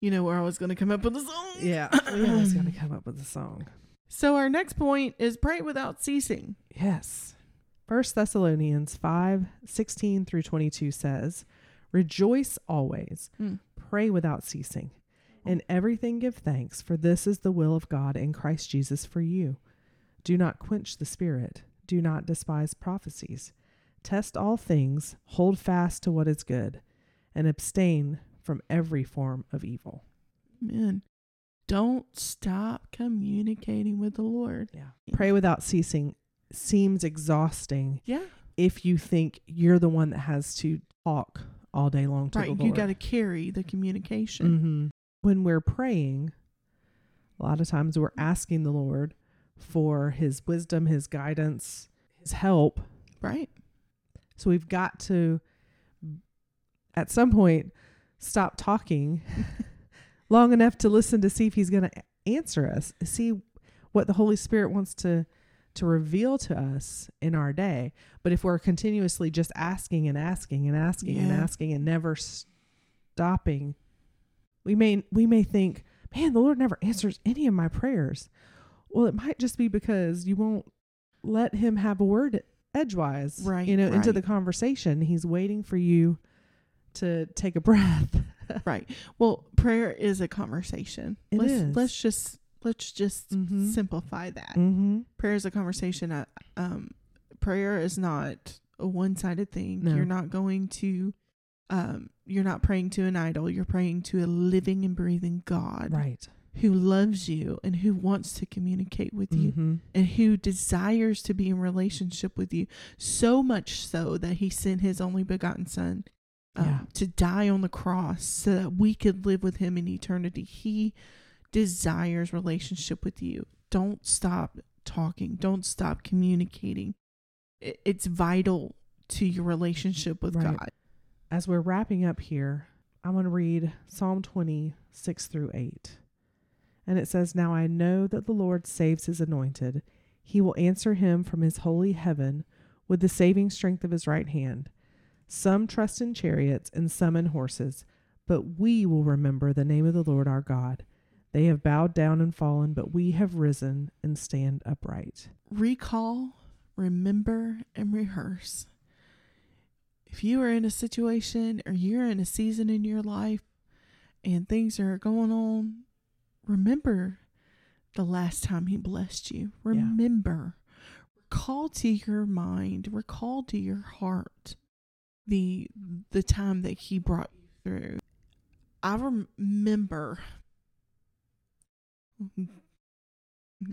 [SPEAKER 1] You know where I was going to come up with a song.
[SPEAKER 2] Yeah, <clears throat> we always gotta come up with a song.
[SPEAKER 1] So our next point is pray without ceasing.
[SPEAKER 2] Yes. First Thessalonians five sixteen through twenty two says, Rejoice always,
[SPEAKER 1] Hmm.
[SPEAKER 2] pray without ceasing. In everything give thanks, for this is the will of God in Christ Jesus for you. Do not quench the spirit, do not despise prophecies. Test all things, hold fast to what is good, and abstain from every form of evil.
[SPEAKER 1] Man, don't stop communicating with the Lord.
[SPEAKER 2] Yeah. Pray without ceasing seems exhausting
[SPEAKER 1] Yeah.
[SPEAKER 2] if you think you're the one that has to talk all day long to
[SPEAKER 1] Right.
[SPEAKER 2] the
[SPEAKER 1] You
[SPEAKER 2] Lord.
[SPEAKER 1] got to carry the communication.
[SPEAKER 2] Mhm. When we're praying, a lot of times we're asking the Lord for His wisdom, His guidance, His help.
[SPEAKER 1] Right.
[SPEAKER 2] So we've got to, at some point, stop talking long enough to listen to see if He's going to answer us, see what the Holy Spirit wants to to reveal to us in our day. But if we're continuously just asking and asking and asking and
[SPEAKER 1] Yeah.
[SPEAKER 2] asking and never stopping, we may we may think, man, the Lord never answers any of my prayers. Well, it might just be because you won't let him have a word edgewise,
[SPEAKER 1] Right,
[SPEAKER 2] You know, into
[SPEAKER 1] right.
[SPEAKER 2] the conversation. He's waiting for you to take a breath.
[SPEAKER 1] Right. Well, prayer is a conversation.
[SPEAKER 2] It
[SPEAKER 1] let's
[SPEAKER 2] is.
[SPEAKER 1] let's just let's just
[SPEAKER 2] Mhm.
[SPEAKER 1] simplify that.
[SPEAKER 2] mm-hmm.
[SPEAKER 1] Prayer is a conversation. I, um, prayer is not a one-sided thing.
[SPEAKER 2] No.
[SPEAKER 1] You're not going to, um, you're not praying to an idol. You're praying to a living and breathing God
[SPEAKER 2] Right.
[SPEAKER 1] who loves you and who wants to communicate with you
[SPEAKER 2] Mhm.
[SPEAKER 1] and who desires to be in relationship with you so much so that he sent his only begotten son um,
[SPEAKER 2] Yeah.
[SPEAKER 1] to die on the cross so that we could live with him in eternity he desires relationship with you don't stop talking don't stop communicating I- it's vital to your relationship with
[SPEAKER 2] Right.
[SPEAKER 1] god
[SPEAKER 2] as we're wrapping up here, I'm going to read Psalm 26 through 8. And it says, Now I know that the Lord saves his anointed. He will answer him from his holy heaven with the saving strength of his right hand. Some trust in chariots and some in horses, but we will remember the name of the Lord our God. They have bowed down and fallen, but we have risen and stand upright.
[SPEAKER 1] recall, remember, and rehearse. If you are in a situation or you're in a season in your life and things are going on, remember the last time He blessed you. Remember. Recall to your mind, recall to your heart the the time that he brought you through. I rem- remember <laughs> I'm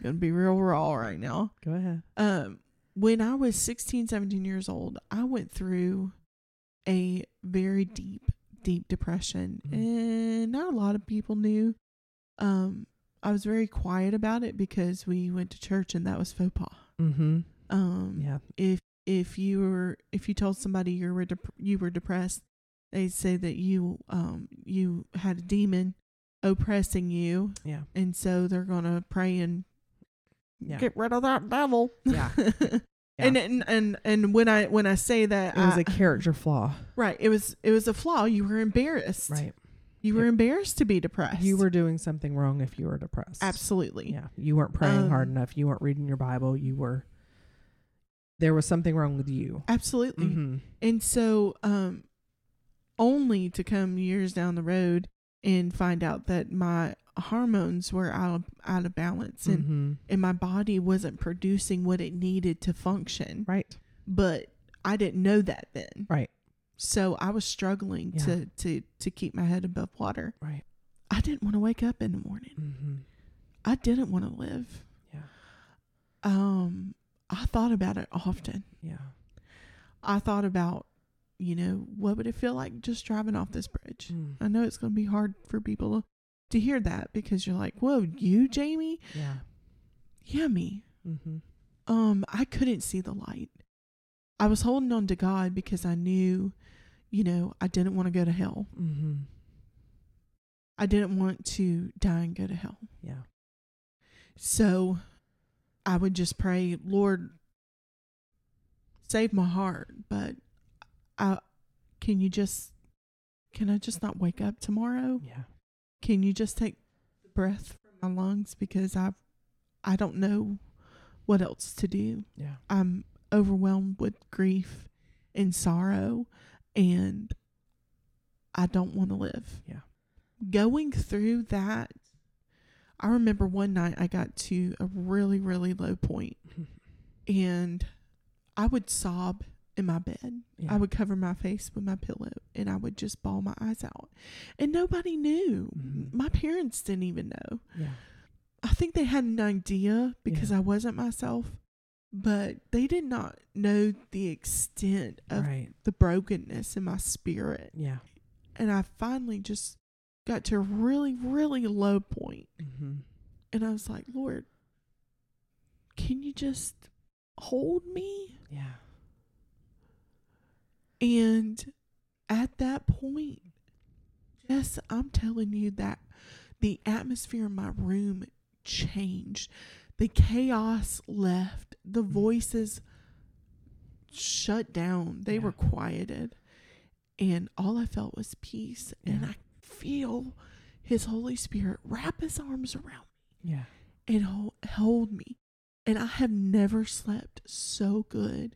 [SPEAKER 1] gonna be real raw right now
[SPEAKER 2] Go ahead.
[SPEAKER 1] um when i was 16 17 years old i went through a very deep deep depression
[SPEAKER 2] Mhm.
[SPEAKER 1] and not a lot of people knew um i was very quiet about it because we went to church and that was faux pas
[SPEAKER 2] Mm hmm.
[SPEAKER 1] um
[SPEAKER 2] Yeah.
[SPEAKER 1] if if you were if you told somebody you were dep- you were depressed They say that you um you had a demon oppressing you.
[SPEAKER 2] Yeah.
[SPEAKER 1] And so they're gonna pray and
[SPEAKER 2] Yeah.
[SPEAKER 1] get rid of that devil.
[SPEAKER 2] <laughs> Yeah.
[SPEAKER 1] And, and and and when I when I say that
[SPEAKER 2] It was
[SPEAKER 1] I-
[SPEAKER 2] a character flaw,
[SPEAKER 1] right, it was it was a flaw. You were embarrassed.
[SPEAKER 2] right?
[SPEAKER 1] You were
[SPEAKER 2] Yep.
[SPEAKER 1] embarrassed to be depressed.
[SPEAKER 2] You were doing something wrong if you were depressed.
[SPEAKER 1] absolutely
[SPEAKER 2] Yeah. You weren't praying hard
[SPEAKER 1] Um,
[SPEAKER 2] enough. You weren't reading your Bible. You were, there was something wrong with you.
[SPEAKER 1] absolutely.
[SPEAKER 2] Mm-hmm.
[SPEAKER 1] And so, um, only to come years down the road and find out that my hormones were out of, out of balance and,
[SPEAKER 2] Mm-hmm.
[SPEAKER 1] and my body wasn't producing what it needed to function.
[SPEAKER 2] Mm-hmm. Right.
[SPEAKER 1] But I didn't know that then.
[SPEAKER 2] Right.
[SPEAKER 1] So I was struggling
[SPEAKER 2] Yeah.
[SPEAKER 1] to, to, to keep my head above water.
[SPEAKER 2] Right.
[SPEAKER 1] I didn't want to wake up in the morning.
[SPEAKER 2] Mm-hmm.
[SPEAKER 1] I didn't want to live.
[SPEAKER 2] Yeah.
[SPEAKER 1] Um, I thought about it often.
[SPEAKER 2] Yeah.
[SPEAKER 1] I thought about, you know, what would it feel like just driving off this bridge?
[SPEAKER 2] Mm.
[SPEAKER 1] I know it's going to be hard for people to hear that because you're like, "Whoa, you, Jamie?
[SPEAKER 2] Yeah.
[SPEAKER 1] Yeah, me.
[SPEAKER 2] Mm-hmm.
[SPEAKER 1] Um, I couldn't see the light. I was holding on to God because I knew, you know, I didn't want to go to hell.
[SPEAKER 2] Mm-hmm.
[SPEAKER 1] I didn't want to die and go to hell.
[SPEAKER 2] Yeah.
[SPEAKER 1] So I would just pray, Lord, save my heart, but I can you just can I just not wake up tomorrow?
[SPEAKER 2] Yeah.
[SPEAKER 1] can you just take the breath from my lungs because i i don't know what else to do
[SPEAKER 2] Yeah.
[SPEAKER 1] i'm overwhelmed with grief and sorrow and i don't want to live
[SPEAKER 2] Yeah.
[SPEAKER 1] going through that i remember one night i got to a really really low point and i would sob in my bed
[SPEAKER 2] yeah.
[SPEAKER 1] i would cover my face with my pillow and i would just bawl my eyes out and nobody knew
[SPEAKER 2] Mhm.
[SPEAKER 1] my parents didn't even know.
[SPEAKER 2] Yeah.
[SPEAKER 1] I think they had an idea because I wasn't myself, but they did not know the extent of
[SPEAKER 2] Right.
[SPEAKER 1] the brokenness in my spirit.
[SPEAKER 2] Yeah.
[SPEAKER 1] And I finally just got to a really, really low point.
[SPEAKER 2] Mm-hmm.
[SPEAKER 1] And I was like, Lord, can you just hold me?
[SPEAKER 2] Yeah.
[SPEAKER 1] And at that point, yes, I'm telling you that the atmosphere in my room changed. The chaos left.
[SPEAKER 2] Mm.
[SPEAKER 1] The voices shut down. They
[SPEAKER 2] Yeah.
[SPEAKER 1] were quieted. And all I felt was peace. And
[SPEAKER 2] Yeah.
[SPEAKER 1] I feel his Holy Spirit wrap his arms around
[SPEAKER 2] Yeah.
[SPEAKER 1] me and hold, hold me. And I have never slept so good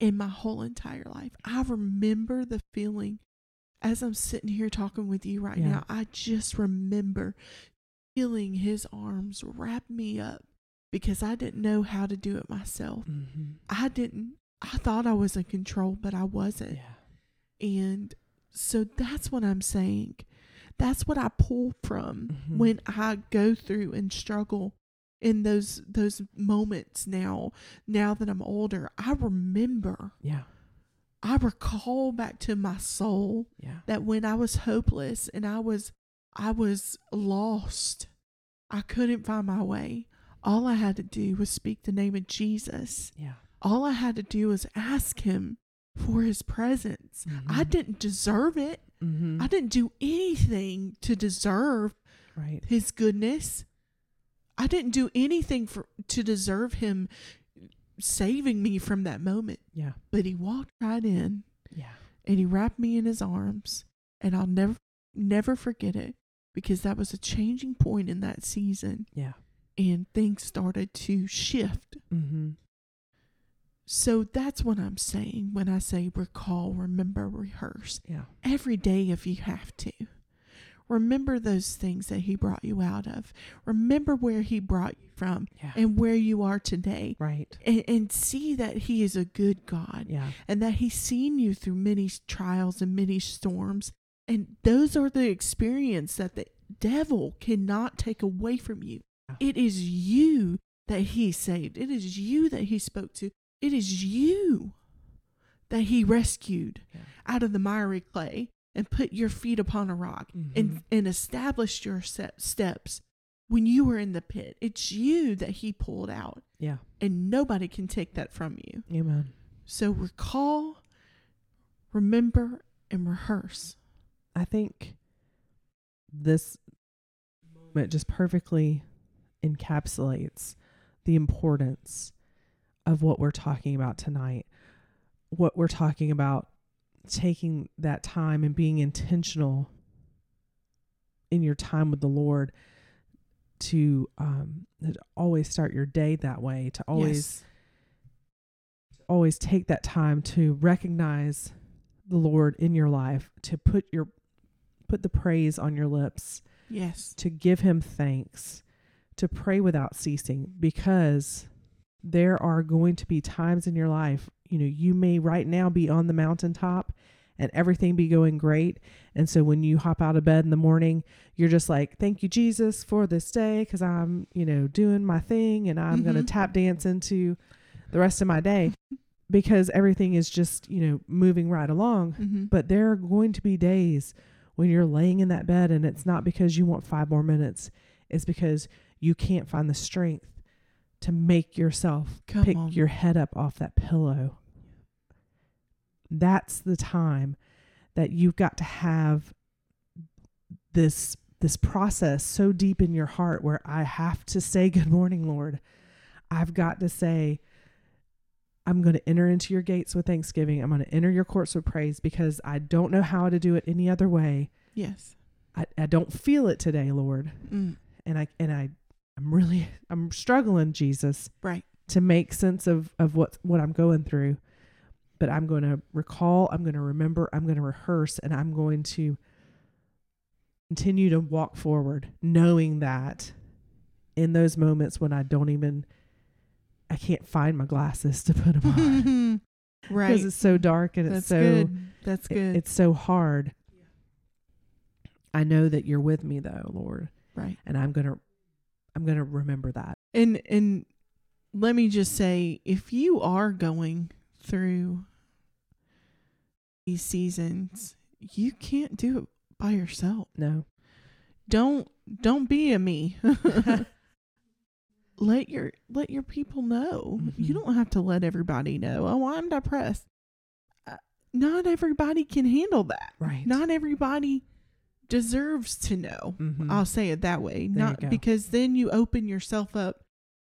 [SPEAKER 1] in my whole entire life. I remember the feeling as I'm sitting here talking with you right
[SPEAKER 2] Yeah.
[SPEAKER 1] now. I just remember feeling his arms wrap me up because I didn't know how to do it myself.
[SPEAKER 2] Mm-hmm.
[SPEAKER 1] I didn't, I thought I was in control, but I wasn't.
[SPEAKER 2] Yeah.
[SPEAKER 1] And so that's what I'm saying. That's what I pull from
[SPEAKER 2] Mhm.
[SPEAKER 1] when I go through and struggle in those those moments now now that I'm older. I remember
[SPEAKER 2] Yeah.
[SPEAKER 1] I recall back to my soul
[SPEAKER 2] Yeah.
[SPEAKER 1] that when I was hopeless and I was I was lost, I couldn't find my way. All I had to do was speak the name of Jesus.
[SPEAKER 2] Yeah.
[SPEAKER 1] All I had to do was ask him for his presence. I
[SPEAKER 2] Mhm.
[SPEAKER 1] didn't deserve it.
[SPEAKER 2] Mm-hmm.
[SPEAKER 1] I didn't do anything to deserve
[SPEAKER 2] right.
[SPEAKER 1] his goodness. I didn't do anything for to deserve him saving me from that moment,
[SPEAKER 2] Yeah.
[SPEAKER 1] but he walked right in
[SPEAKER 2] Yeah.
[SPEAKER 1] and he wrapped me in his arms and I'll never never forget it because that was a changing point in that season
[SPEAKER 2] Yeah.
[SPEAKER 1] and things started to shift.
[SPEAKER 2] Mm-hmm.
[SPEAKER 1] So that's what I'm saying when I say recall, remember, rehearse.
[SPEAKER 2] Yeah.
[SPEAKER 1] every day if you have to. Remember those things that He brought you out of. Remember where He brought you from
[SPEAKER 2] Yeah.
[SPEAKER 1] and where you are today.
[SPEAKER 2] right.
[SPEAKER 1] And, and see that He is a good God
[SPEAKER 2] Yeah.
[SPEAKER 1] and that He's seen you through many s- trials and many storms. And those are the experience that the devil cannot take away from you.
[SPEAKER 2] Yeah.
[SPEAKER 1] It is you that He saved, it is you that He spoke to, it is you that He rescued
[SPEAKER 2] Yeah.
[SPEAKER 1] out of the miry clay and put your feet upon a rock
[SPEAKER 2] Mhm.
[SPEAKER 1] and, and established your se- steps when you were in the pit. It's you that he pulled out,
[SPEAKER 2] Yeah.
[SPEAKER 1] and nobody can take that from you.
[SPEAKER 2] Amen.
[SPEAKER 1] So recall, remember, and rehearse.
[SPEAKER 2] I think this moment just perfectly encapsulates the importance of what we're talking about tonight. What we're talking about taking that time and being intentional in your time with the Lord to um to always start your day that way, to always
[SPEAKER 1] Yes.
[SPEAKER 2] always take that time to recognize the Lord in your life, to put your put the praise on your lips,
[SPEAKER 1] Yes.
[SPEAKER 2] to give him thanks, to pray without ceasing because there are going to be times in your life, you know, you may right now be on the mountaintop and everything be going great. And so when you hop out of bed in the morning, you're just like, thank you, Jesus, for this day because I'm, you know, doing my thing and I'm going
[SPEAKER 1] Mhm.
[SPEAKER 2] to tap dance into the rest of my day because everything is just, you know, moving right along.
[SPEAKER 1] Mm-hmm.
[SPEAKER 2] But there are going to be days when you're laying in that bed and it's not because you want five more minutes, it's because you can't find the strength to make yourself
[SPEAKER 1] Come
[SPEAKER 2] pick
[SPEAKER 1] on.
[SPEAKER 2] your head up off that pillow. That's the time that you've got to have this this process so deep in your heart where I have to say <laughs> good morning, Lord. I've got to say I'm going to enter into your gates with thanksgiving. I'm going to enter your courts with praise because I don't know how to do it any other way.
[SPEAKER 1] Yes.
[SPEAKER 2] I, I don't feel it today, Lord. <laughs>
[SPEAKER 1] Mm.
[SPEAKER 2] And I and I I'm really <laughs> I'm struggling, Jesus,
[SPEAKER 1] Right.
[SPEAKER 2] to make sense of of what what I'm going through. But I'm going to recall, I'm going to remember, I'm going to rehearse and I'm going to continue to walk forward knowing that in those moments when I don't even I can't find my glasses to
[SPEAKER 1] <laughs>
[SPEAKER 2] put them on
[SPEAKER 1] right.
[SPEAKER 2] because it's so dark and
[SPEAKER 1] That's
[SPEAKER 2] it's so
[SPEAKER 1] good. That's
[SPEAKER 2] it-
[SPEAKER 1] good.
[SPEAKER 2] it's so hard. I know that you're with me though, Lord,
[SPEAKER 1] right.
[SPEAKER 2] and I'm going to I'm going to remember that.
[SPEAKER 1] And and let me just say, if you are going through these seasons, you can't do it by yourself.
[SPEAKER 2] No.
[SPEAKER 1] Don't don't be a
[SPEAKER 2] <laughs>
[SPEAKER 1] me. <laughs> let your let your people know. You
[SPEAKER 2] Mhm.
[SPEAKER 1] don't have to let everybody know. Oh, I'm depressed. Uh, Not everybody can handle that.
[SPEAKER 2] right.
[SPEAKER 1] Not everybody deserves to know.
[SPEAKER 2] Mhm.
[SPEAKER 1] I'll say it that way.
[SPEAKER 2] There you
[SPEAKER 1] Not
[SPEAKER 2] go.
[SPEAKER 1] because then you open yourself up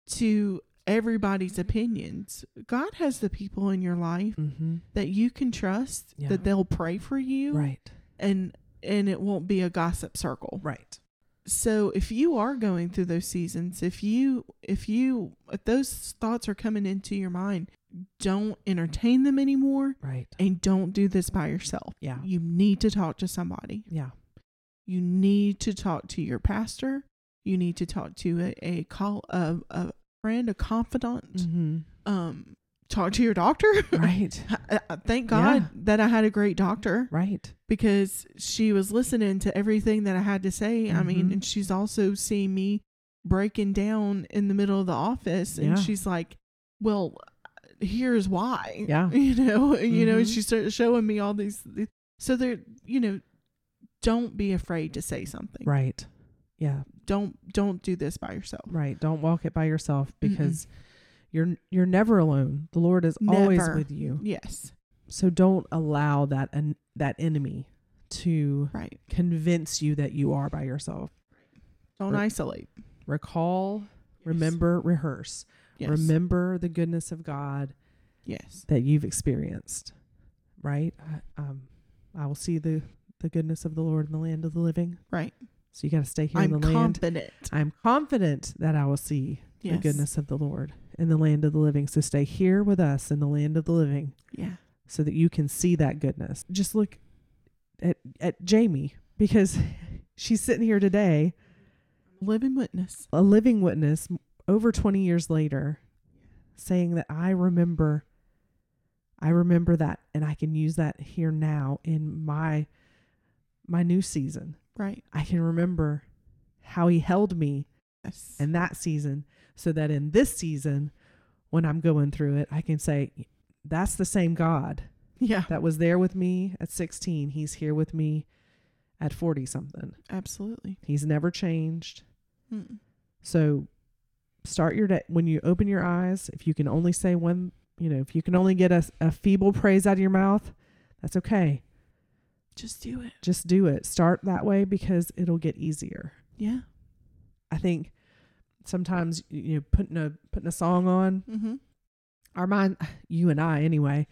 [SPEAKER 1] to everybody's opinions. God has the people in your life
[SPEAKER 2] Mhm.
[SPEAKER 1] that you can trust
[SPEAKER 2] Yeah.
[SPEAKER 1] that they'll pray for you
[SPEAKER 2] Right.
[SPEAKER 1] and and it won't be a gossip circle.
[SPEAKER 2] Right.
[SPEAKER 1] So if you are going through those seasons, if you if you if those thoughts are coming into your mind, don't entertain them anymore
[SPEAKER 2] Right.
[SPEAKER 1] and don't do this by yourself.
[SPEAKER 2] Yeah.
[SPEAKER 1] You need to talk to somebody
[SPEAKER 2] Yeah.
[SPEAKER 1] you need to talk to your pastor you need to talk to a, a call a, a friend a confidant
[SPEAKER 2] Mhm.
[SPEAKER 1] um talk to your doctor <laughs>
[SPEAKER 2] <laughs> right.
[SPEAKER 1] I- I- thank god
[SPEAKER 2] Yeah.
[SPEAKER 1] that i had a great doctor
[SPEAKER 2] Right.
[SPEAKER 1] because she was listening to everything that i had to say i mean
[SPEAKER 2] Mhm.
[SPEAKER 1] and she's also seeing me breaking down in the middle of the office and
[SPEAKER 2] Yeah.
[SPEAKER 1] she's like well here's why
[SPEAKER 2] Yeah.
[SPEAKER 1] <laughs> you know you know and
[SPEAKER 2] Mhm.
[SPEAKER 1] she started showing me all these so there you know don't be afraid to say something
[SPEAKER 2] Right. Yeah.
[SPEAKER 1] don't don't do this by yourself.
[SPEAKER 2] Right. Don't walk it by yourself because you're you're never alone. The Lord is always
[SPEAKER 1] Never.
[SPEAKER 2] with you.
[SPEAKER 1] Yes.
[SPEAKER 2] So don't allow that an, that enemy to
[SPEAKER 1] Right.
[SPEAKER 2] convince you that you are by yourself.
[SPEAKER 1] Don't
[SPEAKER 2] Right.
[SPEAKER 1] isolate.
[SPEAKER 2] Recall, remember, rehearse.
[SPEAKER 1] Yes.
[SPEAKER 2] Remember the goodness of God
[SPEAKER 1] Yes.
[SPEAKER 2] that you've experienced. Right? I, um, I will see the the goodness of the Lord in the land of the living.
[SPEAKER 1] Right.
[SPEAKER 2] So you got to stay here in
[SPEAKER 1] I'm
[SPEAKER 2] the land.
[SPEAKER 1] confident.
[SPEAKER 2] I'm confident that I will see
[SPEAKER 1] Yes.
[SPEAKER 2] the goodness of the Lord in the land of the living. So stay here with us in the land of the living.
[SPEAKER 1] Yeah.
[SPEAKER 2] so that you can see that goodness. Just look at at Jamie because <laughs> she's sitting here today,
[SPEAKER 1] Living witness.
[SPEAKER 2] a living witness m- over 20 years later saying that I remember I remember that and I can use that here now in my my new season.
[SPEAKER 1] Right.
[SPEAKER 2] I can remember how he held me
[SPEAKER 1] Yes.
[SPEAKER 2] in that season so that in this season when I'm going through it, I can say that's the same God
[SPEAKER 1] yeah.
[SPEAKER 2] that was there with me at 16. He's here with me at 40 something.
[SPEAKER 1] Absolutely.
[SPEAKER 2] He's never changed.
[SPEAKER 1] Mm.
[SPEAKER 2] So start your day when you open your eyes. If you can only say one, you know, if you can only get a, a feeble praise out of your mouth, that's okay.
[SPEAKER 1] Just do it.
[SPEAKER 2] Just do it. Start that way because it'll get easier.
[SPEAKER 1] Yeah.
[SPEAKER 2] I think sometimes you know putting a putting a song on
[SPEAKER 1] Mm-hmm.
[SPEAKER 2] our mind <sighs> you and I anyway,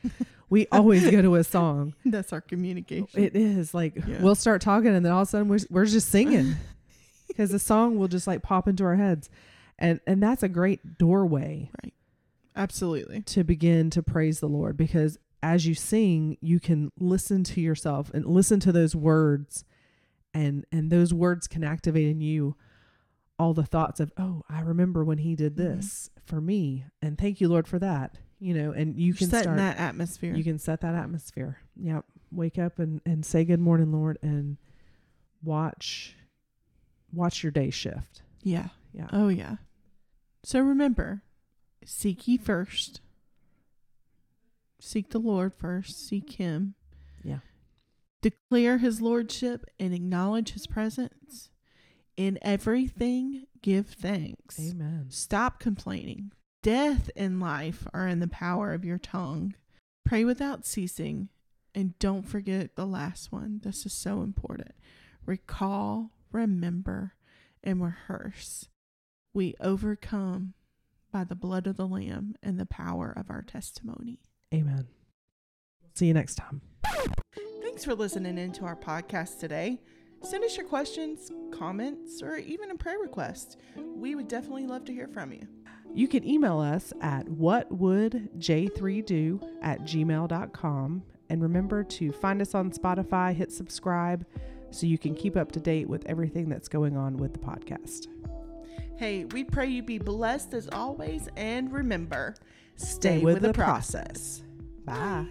[SPEAKER 2] we always go to a song.
[SPEAKER 1] <laughs> That's our communication.
[SPEAKER 2] It is like
[SPEAKER 1] Yeah.
[SPEAKER 2] we'll start talking, and then all of a sudden we're we're just singing because the song will just like pop into our heads, and and that's a great doorway
[SPEAKER 1] Absolutely.
[SPEAKER 2] to begin to praise the Lord because as you sing, you can listen to yourself and listen to those words, and and those words can activate in you all the thoughts of oh I remember when He did
[SPEAKER 1] Mhm.
[SPEAKER 2] this for me, and thank you Lord for that, you know, and you
[SPEAKER 1] You
[SPEAKER 2] can
[SPEAKER 1] can set
[SPEAKER 2] start
[SPEAKER 1] that atmosphere.
[SPEAKER 2] you can set that atmosphere. Yep. Wake up and, and say good morning, Lord, and watch watch your day shift.
[SPEAKER 1] yeah.
[SPEAKER 2] Yeah.
[SPEAKER 1] Oh yeah. So remember, seek ye first. Seek the Lord first. Seek Him.
[SPEAKER 2] Yeah.
[SPEAKER 1] Declare His lordship and acknowledge His presence. In everything, give thanks.
[SPEAKER 2] Amen.
[SPEAKER 1] Stop complaining. Death and life are in the power of your tongue. Pray without ceasing. And don't forget the last one. This is so important. Recall, remember, and rehearse. We overcome by the blood of the Lamb and the power of our testimony.
[SPEAKER 2] Amen. See you next time.
[SPEAKER 1] Thanks for listening in to our podcast today. Send us your questions, comments, or even a prayer request. We would definitely love to hear from you.
[SPEAKER 2] You can email us at whatwouldj3do at gmail.com. And remember to find us on Spotify, hit subscribe so you can keep up to date with everything that's going on with the podcast.
[SPEAKER 1] Hey, we pray you be blessed as always, and remember,
[SPEAKER 2] Stay with the process. Bye.